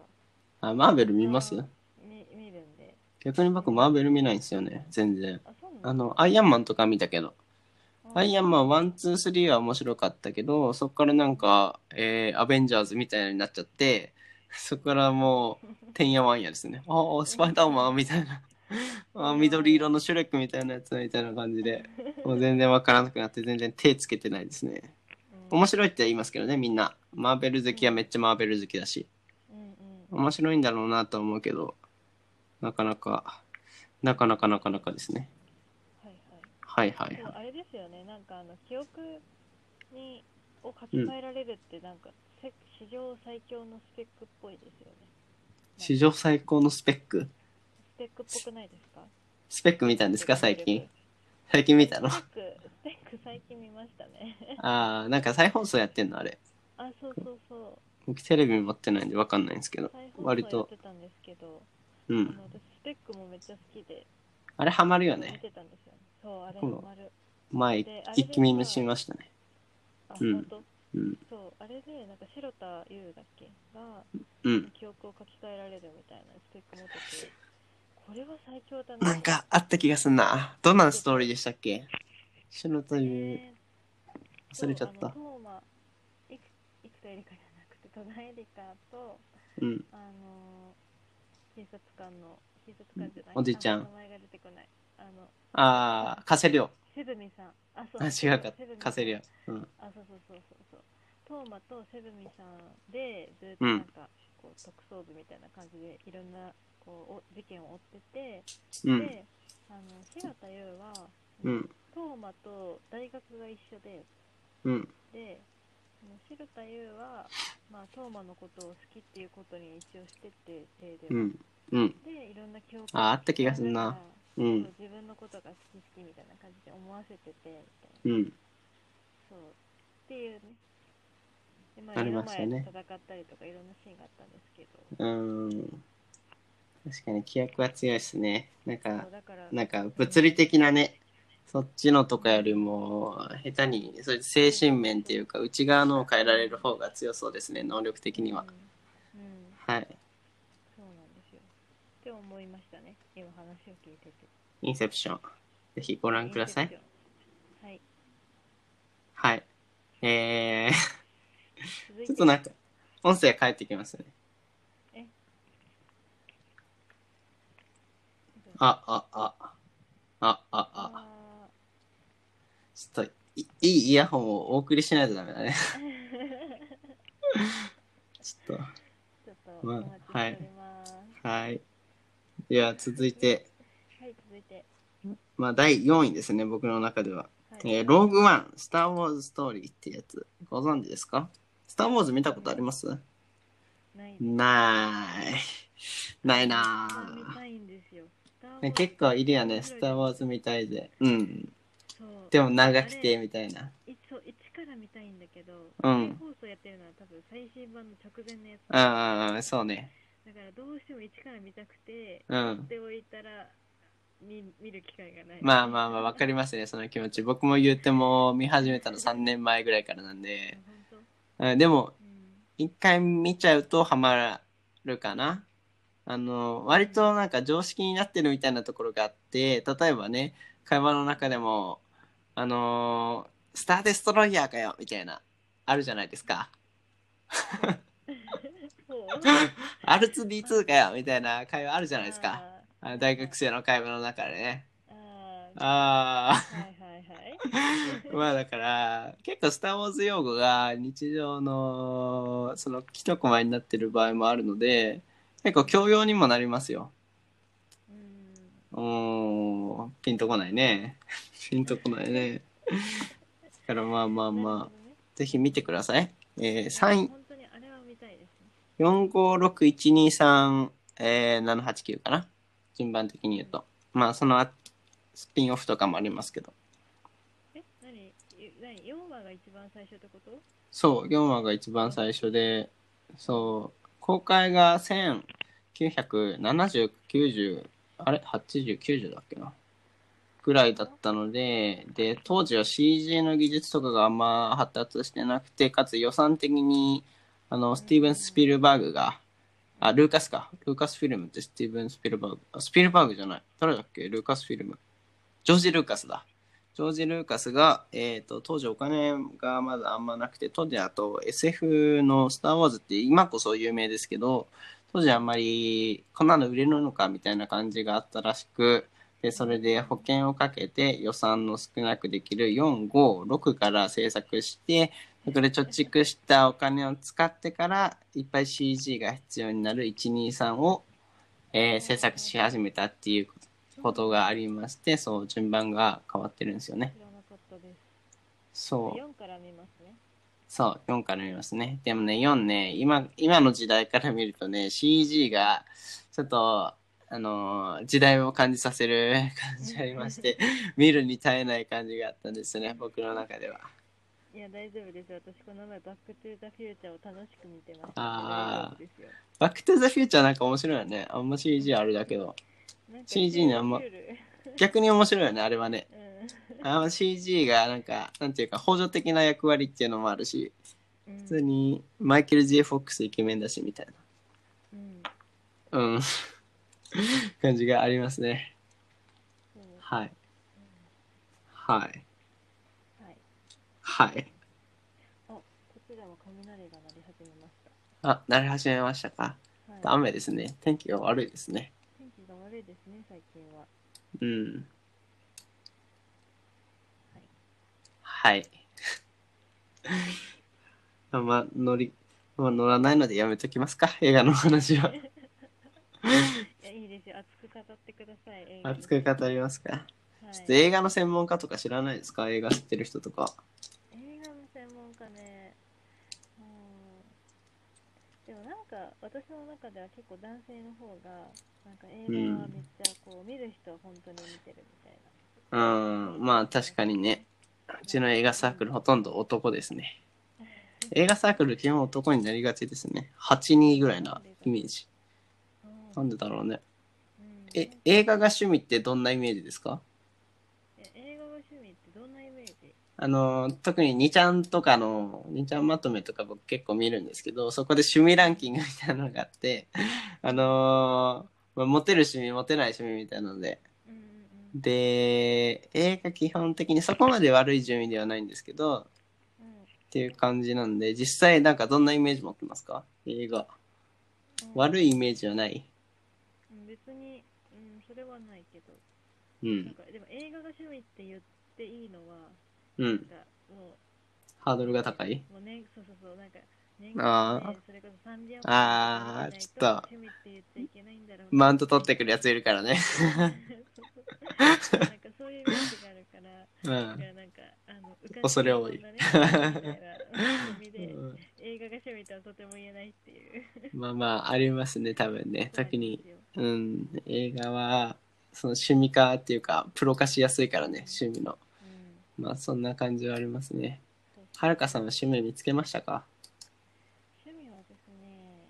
Speaker 1: あマーベル見ます
Speaker 2: 見見るんで、
Speaker 1: 逆に僕マーベル見ないんですよね全然
Speaker 2: あ、そうな
Speaker 1: あのアイアンマンとか見たけどアイアン
Speaker 2: ン。
Speaker 1: マン123は面白かったけどそこからなんか、えーアベンジャーズみたいになっちゃってそこからもうてんやわんやですねああスパイダーマンみたいなあー緑色のシュレックみたいなやつみたいな感じでもう全然わからなくなって全然手つけてないですね面白いって言いますけどねみんなマーベル好きはめっちゃマーベル好きだし
Speaker 2: うんうんうん
Speaker 1: 面白いんだろうなとは思うけどなかなかなかなかなかなかですね
Speaker 2: はいは
Speaker 1: は
Speaker 2: い。
Speaker 1: いはいはい
Speaker 2: そうあれですよね、なんかあの記憶にを書き換えられるって、なんか、せ史上最強のスペックっぽいですよね。
Speaker 1: 史上最高のスペック
Speaker 2: スペックっぽくないですか
Speaker 1: スペック見たんですか最近最近見たの
Speaker 2: ス
Speaker 1: あ
Speaker 2: ペック、スペック最近見ましたね。 <laughs>
Speaker 1: あーなんか再放送やってんのあれ
Speaker 2: あ、そうそうそう。
Speaker 1: 僕テレビ持ってないんで分かんないんですけど
Speaker 2: 再放
Speaker 1: 割
Speaker 2: 送やっ
Speaker 1: と
Speaker 2: てたんですけど、
Speaker 1: う
Speaker 2: あ
Speaker 1: ん
Speaker 2: の私スペックもめっちゃ好きで、
Speaker 1: あれハマるよ
Speaker 2: 見
Speaker 1: ね
Speaker 2: てたんですよね。そう、あれ
Speaker 1: うん
Speaker 2: ハマる。
Speaker 1: 前
Speaker 2: であれ
Speaker 1: 一気見しましたね
Speaker 2: あ、
Speaker 1: うん
Speaker 2: 本当
Speaker 1: うん
Speaker 2: そう、あれで、なんか白田優だっけが、
Speaker 1: うん
Speaker 2: 記憶を書き換えられるみたいなスペック持ってて、これは最強だ
Speaker 1: なんかあった気がすんな。どんなストーリーでしたっけ死ぬという、
Speaker 2: ね
Speaker 1: 忘れちゃっ
Speaker 2: そう
Speaker 1: た
Speaker 2: あの。トーマいくいくとエリカじゃなくて戸田エリカと
Speaker 1: うん。
Speaker 2: あの警察官の警察官じゃない
Speaker 1: おじちゃん
Speaker 2: あ名前が出てこないあの
Speaker 1: ああ、カセリオ。
Speaker 2: セブミさんあそう
Speaker 1: あ、違うか
Speaker 2: セブミさん。
Speaker 1: カセリオ。うん。
Speaker 2: あそうそうそうそうそうトーマとセブミさんでずっ
Speaker 1: う
Speaker 2: と
Speaker 1: ん
Speaker 2: なんか、こう特捜部みたいな感じでいろんなこうお事件を追ってて、
Speaker 1: うん。
Speaker 2: であの平田優は、
Speaker 1: うん。
Speaker 2: トーマと大学が一緒で
Speaker 1: うん。
Speaker 2: でその白田優は、まあ、トーマのことを好きっていうことに一応してて手で
Speaker 1: う
Speaker 2: は、
Speaker 1: ん。うん。
Speaker 2: でいろんな記憶
Speaker 1: ああった気がすんなう
Speaker 2: そう、
Speaker 1: ん。
Speaker 2: 自分のことが好き好きみたいな感じで思わせててみたいな
Speaker 1: うん。
Speaker 2: そうっていうねでま
Speaker 1: ありましたね
Speaker 2: 目の前で戦ったりとかいろんなシーンがあったんですけど
Speaker 1: うん。確かに規約は強いですね。なんか
Speaker 2: そう、だから
Speaker 1: なんか物理的なね、そっちのとかよりも、下手に、そういう精神面っていうか、内側のを変えられる方が強そうですね、能力的には。
Speaker 2: うん、うん
Speaker 1: はい。
Speaker 2: そうなんですよって思いましたね今話を聞いてて
Speaker 1: インセプション。ぜひご覧ください。
Speaker 2: はい
Speaker 1: はい。え
Speaker 2: 続
Speaker 1: ー、ちょ
Speaker 2: いて
Speaker 1: っとなんか、音声帰ってきますね。あ、あ、あ、あ、あ、あ、
Speaker 2: あー
Speaker 1: ちょっとい、いいイヤホンをお送りしないとダメだね。ちょっ
Speaker 2: ちょっとお待ちしております。
Speaker 1: と、はい。では続いて、
Speaker 2: はい、続いて。
Speaker 1: まあ、第4位ですね、僕の中では。
Speaker 2: はい、
Speaker 1: えーローグワン、スター・ウォーズ・ストーリーってやつ、ご存知ですかスター・ウォーズ見たことあります
Speaker 2: ないです。
Speaker 1: ない。ないな
Speaker 2: 見たいんですよ。スターウォーズ
Speaker 1: ぁ。結構いるよね、スター・ウォーズみたいで。うん。
Speaker 2: そう
Speaker 1: でも長くて、みたいな。
Speaker 2: いそう一から見たいんだけど、
Speaker 1: うん
Speaker 2: 再放送やってるのは多分最新版の直前のやつ。
Speaker 1: うんうんうん、そうね。
Speaker 2: だからどうしても一から見たくて、
Speaker 1: うん
Speaker 2: っ。ておいたら見見る機会がない。
Speaker 1: まあまあまあ、わかりますね、その気持ち。僕も言っても、見始めたの3年前ぐらいからなん
Speaker 2: あ
Speaker 1: で。
Speaker 2: 本当。
Speaker 1: うん、でも、
Speaker 2: うん。
Speaker 1: 一回見ちゃうとハマるかな。あの、割となんか常識になってるみたいなところがあって、例えばね、会話の中でも、あのースターデストロイヤーかよみたいな、あるじゃないですか。
Speaker 2: そう。
Speaker 1: R2D2 かよみたいな会話ある <laughs> じゃないですか。
Speaker 2: あ
Speaker 1: あの大学生の会話の中でね。
Speaker 2: ー。あー
Speaker 1: あ
Speaker 2: はいはいはい。
Speaker 1: あ、まあだから、結構スター・ウォーズ用語が日常の、その一コマになってる場合もあるので、結構教養にもなりますよ。
Speaker 2: うん。
Speaker 1: おーピンとこないね。 <laughs> ピンとこないね。だからまあまあ
Speaker 2: なる
Speaker 1: ま
Speaker 2: ほ
Speaker 1: あ、
Speaker 2: どね
Speaker 1: ぜひ見てください。えー、3、
Speaker 2: 本当にあれは見たいですね。
Speaker 1: 4、5、6、1、2、3、えー、7、8、9かな。順番的に言うと。まあそのあスピンオフとかもありますけど。
Speaker 2: え、なに、なに、4話が一番最初ってこと
Speaker 1: そう、4話が一番最初で、そう、公開が1970、90、あれ ?80、90だっけなぐらいだったので、で、当時は CG の技術とかがあんま発達してなくて、かつ予算的に、あの、スティーブン・スピルバーグが、あ、ルーカスか。ルーカスフィルムってスティーブン・スピルバーグ。あ、スピルバーグじゃない。誰だっけルーカスフィルム。ジョージ・ルーカスだ。ジョージ・ルーカスが、えー、と当時お金がまだあんまなくて当時あと SF の「スター・ウォーズ」って今こそ有名ですけど当時あんまりこんなの売れるのかみたいな感じがあったらしくでそれで保険をかけて予算の少なくできる456から制作してそこで貯蓄したお金を使ってからいっぱい CG が必要になる123を、えー制作し始めたっていうことがありましてそう順番が変わってるんですよね
Speaker 2: 知らなかったです。
Speaker 1: そう
Speaker 2: 4から見ますね。
Speaker 1: そう4から見ますねでもね4ね今今の時代から見るとね CG がちょっとあのー時代を感じさせる <laughs> 感じありまして見るに耐えない感じがあったんですね僕の中ではい
Speaker 2: や、大丈夫ですよ。私、この前、バックトゥーザフューチャーを楽しく見てます。
Speaker 1: あー
Speaker 2: 大丈夫ですよ
Speaker 1: 「バック・トゥ・ザ・フューチャー」なんか面白いよねあんま CG あるだけど
Speaker 2: なんか
Speaker 1: CG にあんま
Speaker 2: シュール
Speaker 1: 逆に面白いよねあれはね
Speaker 2: う
Speaker 1: あんま CG がなんかなんていうか補助的な役割っていうのもあるし
Speaker 2: ん。うん
Speaker 1: 普通にマイケル・ J ・フォックスイケメンだしみたいな
Speaker 2: うん。
Speaker 1: うん <laughs> 感じがありますね。はい。はい。
Speaker 2: うんはい。
Speaker 1: はい。
Speaker 2: お、こちらも雷が鳴り始めました。
Speaker 1: あ、慣れ始めましたか。
Speaker 2: はい、
Speaker 1: 雨ですね。天気が悪いですね。
Speaker 2: 天気が悪いですね、最近は。
Speaker 1: うん。はい。 <laughs> あんま乗り、あんま乗らないのでやめときます
Speaker 2: <laughs>
Speaker 1: か。映画の話は。
Speaker 2: いや、いいですよ。熱く語ってください。映画に
Speaker 1: 熱く語りますか。
Speaker 2: はい
Speaker 1: ちょっと映画の専門家とか知らないですか映画知ってる人とか。
Speaker 2: 映画の専門家ね。うん。でもなんか、私の中では結構男性の方が、なんか映画はめっちゃこう、見る人は本当に見てるみたいな。
Speaker 1: うん、まあ確かにね。うちの映画サークルほとんど男ですね。映画サークル基本男になりがちですね。8人ぐらいなイメージ。
Speaker 2: う
Speaker 1: なんんでだろうね。
Speaker 2: うん
Speaker 1: え、映画が趣味ってどんなイメージですか
Speaker 2: え映画が趣味ってどんなイメージ
Speaker 1: あの、特に2ちゃんとかの、2ちゃんまとめとか僕結構見るんですけど、そこで趣味ランキングみたいなのがあって、 <laughs> あのーまあモテる趣味、モテない趣味みたいなので、
Speaker 2: うんうん
Speaker 1: で、映画基本的にそこまで悪い順位ではないんですけど、
Speaker 2: うんうん
Speaker 1: っていう感じなんで、実際なんかどんなイメージ持ってますか映画。
Speaker 2: うん。
Speaker 1: 悪いイメージはない。
Speaker 2: うん別に、うん、それはないけど。
Speaker 1: う
Speaker 2: なん
Speaker 1: ん。
Speaker 2: か、でも映画が趣味って言っていいのは、
Speaker 1: う
Speaker 2: なん
Speaker 1: ん。
Speaker 2: か、もう、
Speaker 1: ハードルが高い。
Speaker 2: もう年そうそうそう、なんか、年
Speaker 1: あー
Speaker 2: 間でそれこそ300
Speaker 1: あーちょっと
Speaker 2: 趣味って言っちゃいけないんだろう
Speaker 1: マウント取ってくるやついるからね。
Speaker 2: なんかそういうイメージがあるから、
Speaker 1: う
Speaker 2: だか
Speaker 1: ん。
Speaker 2: らなんか、あの、うか
Speaker 1: 恐れ多い
Speaker 2: みたいな意味
Speaker 1: う
Speaker 2: で、
Speaker 1: ん
Speaker 2: 映画が趣味とはとても言えないっていう。
Speaker 1: まあまあ、ありますね、多分ね。特に、うん、映画は、その趣味化っていうか、プロ化しやすいからね、趣味の。
Speaker 2: うん。
Speaker 1: まあ、そんな感じはありますね。はるかさんは趣味見つけましたか
Speaker 2: 趣味はですね、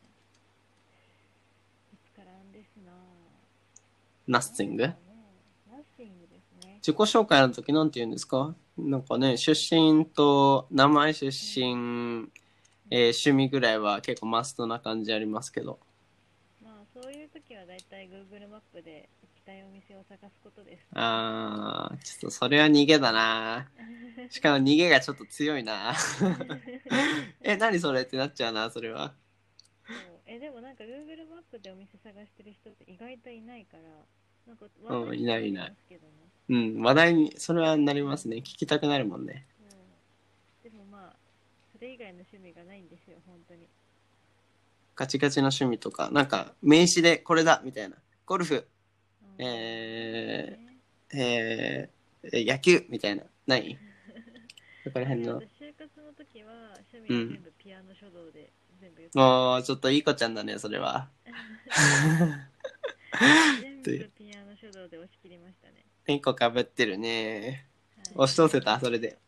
Speaker 2: いつからんですなぁ。
Speaker 1: ナッシング
Speaker 2: ナッシングですね。
Speaker 1: 自己紹介の時なんて言うんですかなんかね、出身と名前出身、えー趣味ぐらいは結構マストな感じありますけど。
Speaker 2: まあそういう時はだいたい Google マップで行きたいお店を探すこと
Speaker 1: <laughs>
Speaker 2: です。
Speaker 1: あー、ちょっとそれは逃げだなしかも逃げがちょっと強いなえ、何それってなっちゃうな、それは。
Speaker 2: そうえでもなんか Google マップでお店探してる人って意外といないから、なんか
Speaker 1: うんいないいない
Speaker 2: 話題になりますけどね。
Speaker 1: うん、話題に、それはなりますね。聞きたくなるもんね。
Speaker 2: そうでもまあそれ以外の趣味がないんですよ本当に。
Speaker 1: ガチガチの趣味とか、なんか名刺でこれだ、みたいな。ゴルフ、
Speaker 2: うん
Speaker 1: えー
Speaker 2: ね
Speaker 1: えーえ野球、みたいな。ないそこら辺
Speaker 2: <laughs>
Speaker 1: の
Speaker 2: い。や私就活の時は趣味は全部ピアノ書道で全部やって
Speaker 1: もう、ちょっといい子ちゃんだね、それは。
Speaker 2: 全
Speaker 1: て
Speaker 2: 部ピアノ書道で押し切りましたね。
Speaker 1: 1個かぶってるね。
Speaker 2: はい
Speaker 1: 押し通せた、それで。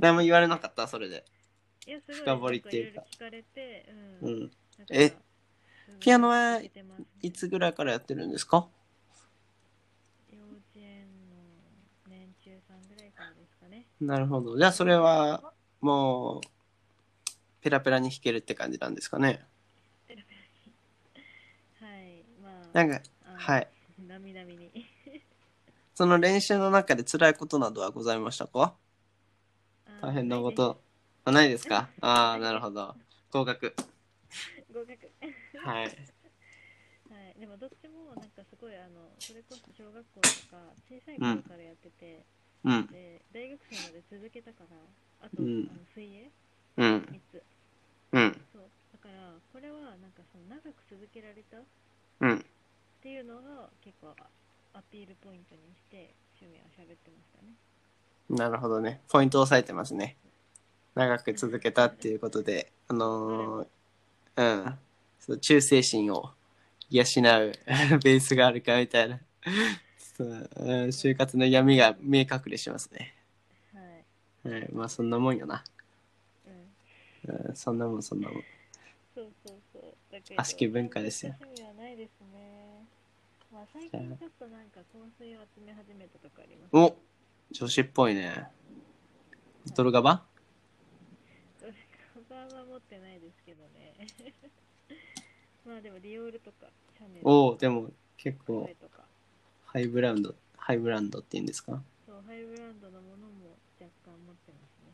Speaker 1: 何も言われなかった、それで。
Speaker 2: いやすごい
Speaker 1: 深掘りっていうか
Speaker 2: なんろろ聞かれて、う。
Speaker 1: うんん。
Speaker 2: だから
Speaker 1: え
Speaker 2: すごい
Speaker 1: ピアノは
Speaker 2: 続けてます
Speaker 1: いつぐらいからやってるんですか
Speaker 2: 幼稚園の年中さんぐらいからです
Speaker 1: <laughs>
Speaker 2: かね。
Speaker 1: なるほど。じゃあ、それは、もう、ペラペラに弾けるって感じなんですかね。
Speaker 2: はい、まあ、
Speaker 1: なんか、
Speaker 2: あの
Speaker 1: はい。。
Speaker 2: なみなみに。
Speaker 1: その練習の中で辛いことなどはございましたか大変なこ
Speaker 2: あの。
Speaker 1: と。あないですかああ、なるほど。合格。
Speaker 2: 合格。
Speaker 1: はい。
Speaker 2: はい、でもどっちもなんかすごいあのそれこそ小学校とか小さい頃からやってて、
Speaker 1: うん。
Speaker 2: で大学生まで続けたからあ
Speaker 1: う
Speaker 2: と、
Speaker 1: ん
Speaker 2: あの水泳
Speaker 1: うん。
Speaker 2: 3つ
Speaker 1: うん。
Speaker 2: そうだからこれはなんかその長く続けられたっ
Speaker 1: うん。
Speaker 2: ていうのが結構あアピールポイントにして趣味は喋ってましたね
Speaker 1: なるほどね。ポイントを押さえてますね。長く続けたっていうことで、あのーうん。その忠誠心を養う <laughs> ベースがあるかみたいな。そううん、就活の闇が見え隠れしますね。
Speaker 2: はい
Speaker 1: はい。まあ、そんなもんよな。
Speaker 2: うん
Speaker 1: うん、そんなもん、そんなもん。
Speaker 2: そうそうそう。だけど
Speaker 1: 悪しき文化ですよ
Speaker 2: ちゃんとした趣味はないですね。まあ最近ちょっとなんか香水を集め始めたとかあり <laughs> ます。
Speaker 1: お女子っぽいね。ボトルガバ
Speaker 2: カバンは持ってないですけどね。まあでもディオールとかシャネル。
Speaker 1: おおでも結
Speaker 2: そ
Speaker 1: 構
Speaker 2: れとか
Speaker 1: ハイブランド、ハイブランドって言うんですか
Speaker 2: そうハイブランドのものも若干持ってますね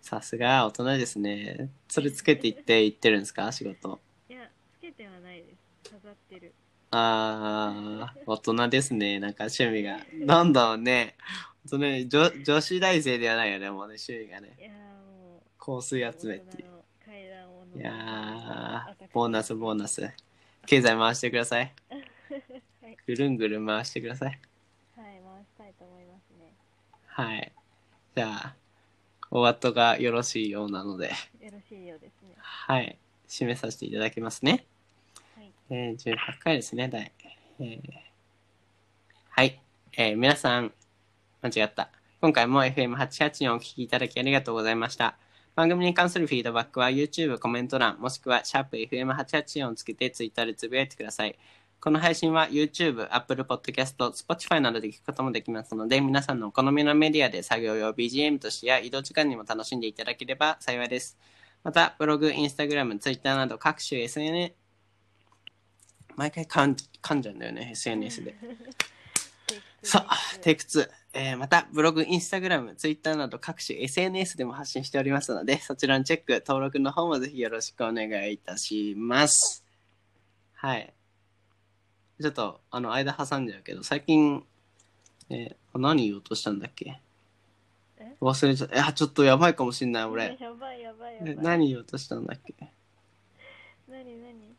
Speaker 1: さすが大人ですね。それつけていって行ってるんですか仕事。
Speaker 2: いやつけてはないです飾ってる
Speaker 1: あー、大人ですね。なんか趣味が。どんどんね、本当ね、女女子大生ではないよね、もうね、趣味がね。
Speaker 2: いやーもう
Speaker 1: 香水集めっていう。
Speaker 2: 大人の階段を
Speaker 1: い
Speaker 2: 上る
Speaker 1: やー、ボーナスボーナス。経済回してください。
Speaker 2: <laughs> はい、
Speaker 1: ぐるんぐるん回してください。
Speaker 2: はい、回したいと思いますね
Speaker 1: はい。じゃあ、お後がよろしいようなので、
Speaker 2: よろしいようですね
Speaker 1: はい。締めさせていただきますね。
Speaker 2: はい
Speaker 1: えー、18回ですね、第。えーはい。えー皆さん、間違った。今回も FM884 をお聞きいただきありがとうございました。番組に関するフィードバックは YouTube コメント欄、もしくはシャープ f m 8 8 4をつけて Twitter でつぶやいてください。この配信は YouTube、Apple Podcast、Spotify などで聞くこともできますので、皆さんのお好みのメディアで作業用 BGM としてや移動時間にも楽しんでいただければ幸いです。また、ブログ、インスタグラム、ツイッターなど各種 SNS、毎回噛ん噛んじゃうんだよね、SNS
Speaker 2: <laughs>
Speaker 1: で。さあ、テイク2。えーまた、ブログ、インスタグラム、ツイッターなど各種 SNS でも発信しておりますので、そちらのチェック、登録の方もぜひよろしくお願いいたします。はい。ちょっと、あの、間挟んじゃうけど、最近、えー何言おうとしたんだっけ
Speaker 2: え
Speaker 1: 忘れちゃった。いや、ちょっとやばいかもしんない、
Speaker 2: 俺
Speaker 1: 俺。
Speaker 2: やばいやばいやばい
Speaker 1: え何言おうとしたんだっけ
Speaker 2: 何何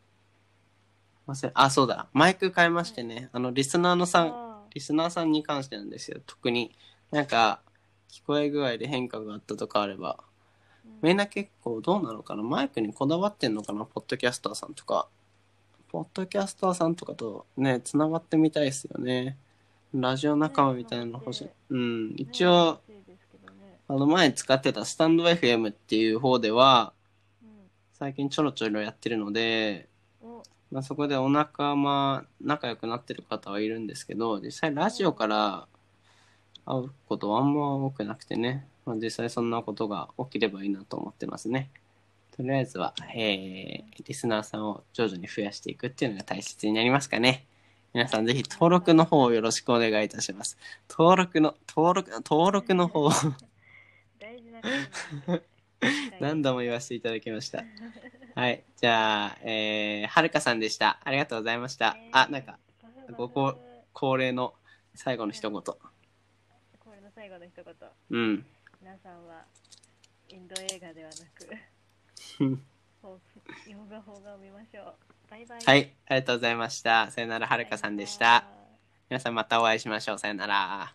Speaker 1: 忘れ、あ、そうだ。マイク変えましてね、あの、リスナーのさん、
Speaker 2: あ
Speaker 1: リスナーさんに関してなんですよ。特になんか聞こえ具合で変化があったとかあれば、
Speaker 2: ー
Speaker 1: みんな結構どうなのかなマイクにこだわってんのかなポッドキャスターさんとか。ポッドキャスターさんとかとね、つながってみたいですよね。ラジオ仲間みたいなの欲しい。うん、
Speaker 2: うん
Speaker 1: 一応、
Speaker 2: ね暑いですけどね
Speaker 1: あの前使ってたスタンド FM っていう方では、
Speaker 2: うん
Speaker 1: 最近ちょろちょろやってるので、
Speaker 2: お
Speaker 1: まあ、そこでお仲間仲良くなってる方はいるんですけど実際ラジオから会うことはあんま多くなくてね、まあ、実際そんなことが起きればいいなと思ってますねとりあえずは、えーリスナーさんを徐々に増やしていくっていうのが大切になりますかね皆さんぜひ登録の方をよろしくお願いいたします登録の登録登録の方を
Speaker 2: 大事なこ
Speaker 1: <laughs>
Speaker 2: となんで
Speaker 1: 何度も言わせていただきましたはいじゃあ、えーはるかさんでしたありがとうございましたあなんかごこ恒例の最後の一言。
Speaker 2: これの最後の一言
Speaker 1: うん。
Speaker 2: 皆さんはインド映画ではな
Speaker 1: <laughs>
Speaker 2: くほう洋画邦画を見ましょうバイバイ
Speaker 1: はい、ありがとうございました。さよなら、は
Speaker 2: は
Speaker 1: るかさんでした。皆さんまたお会いしましょう。さよなら。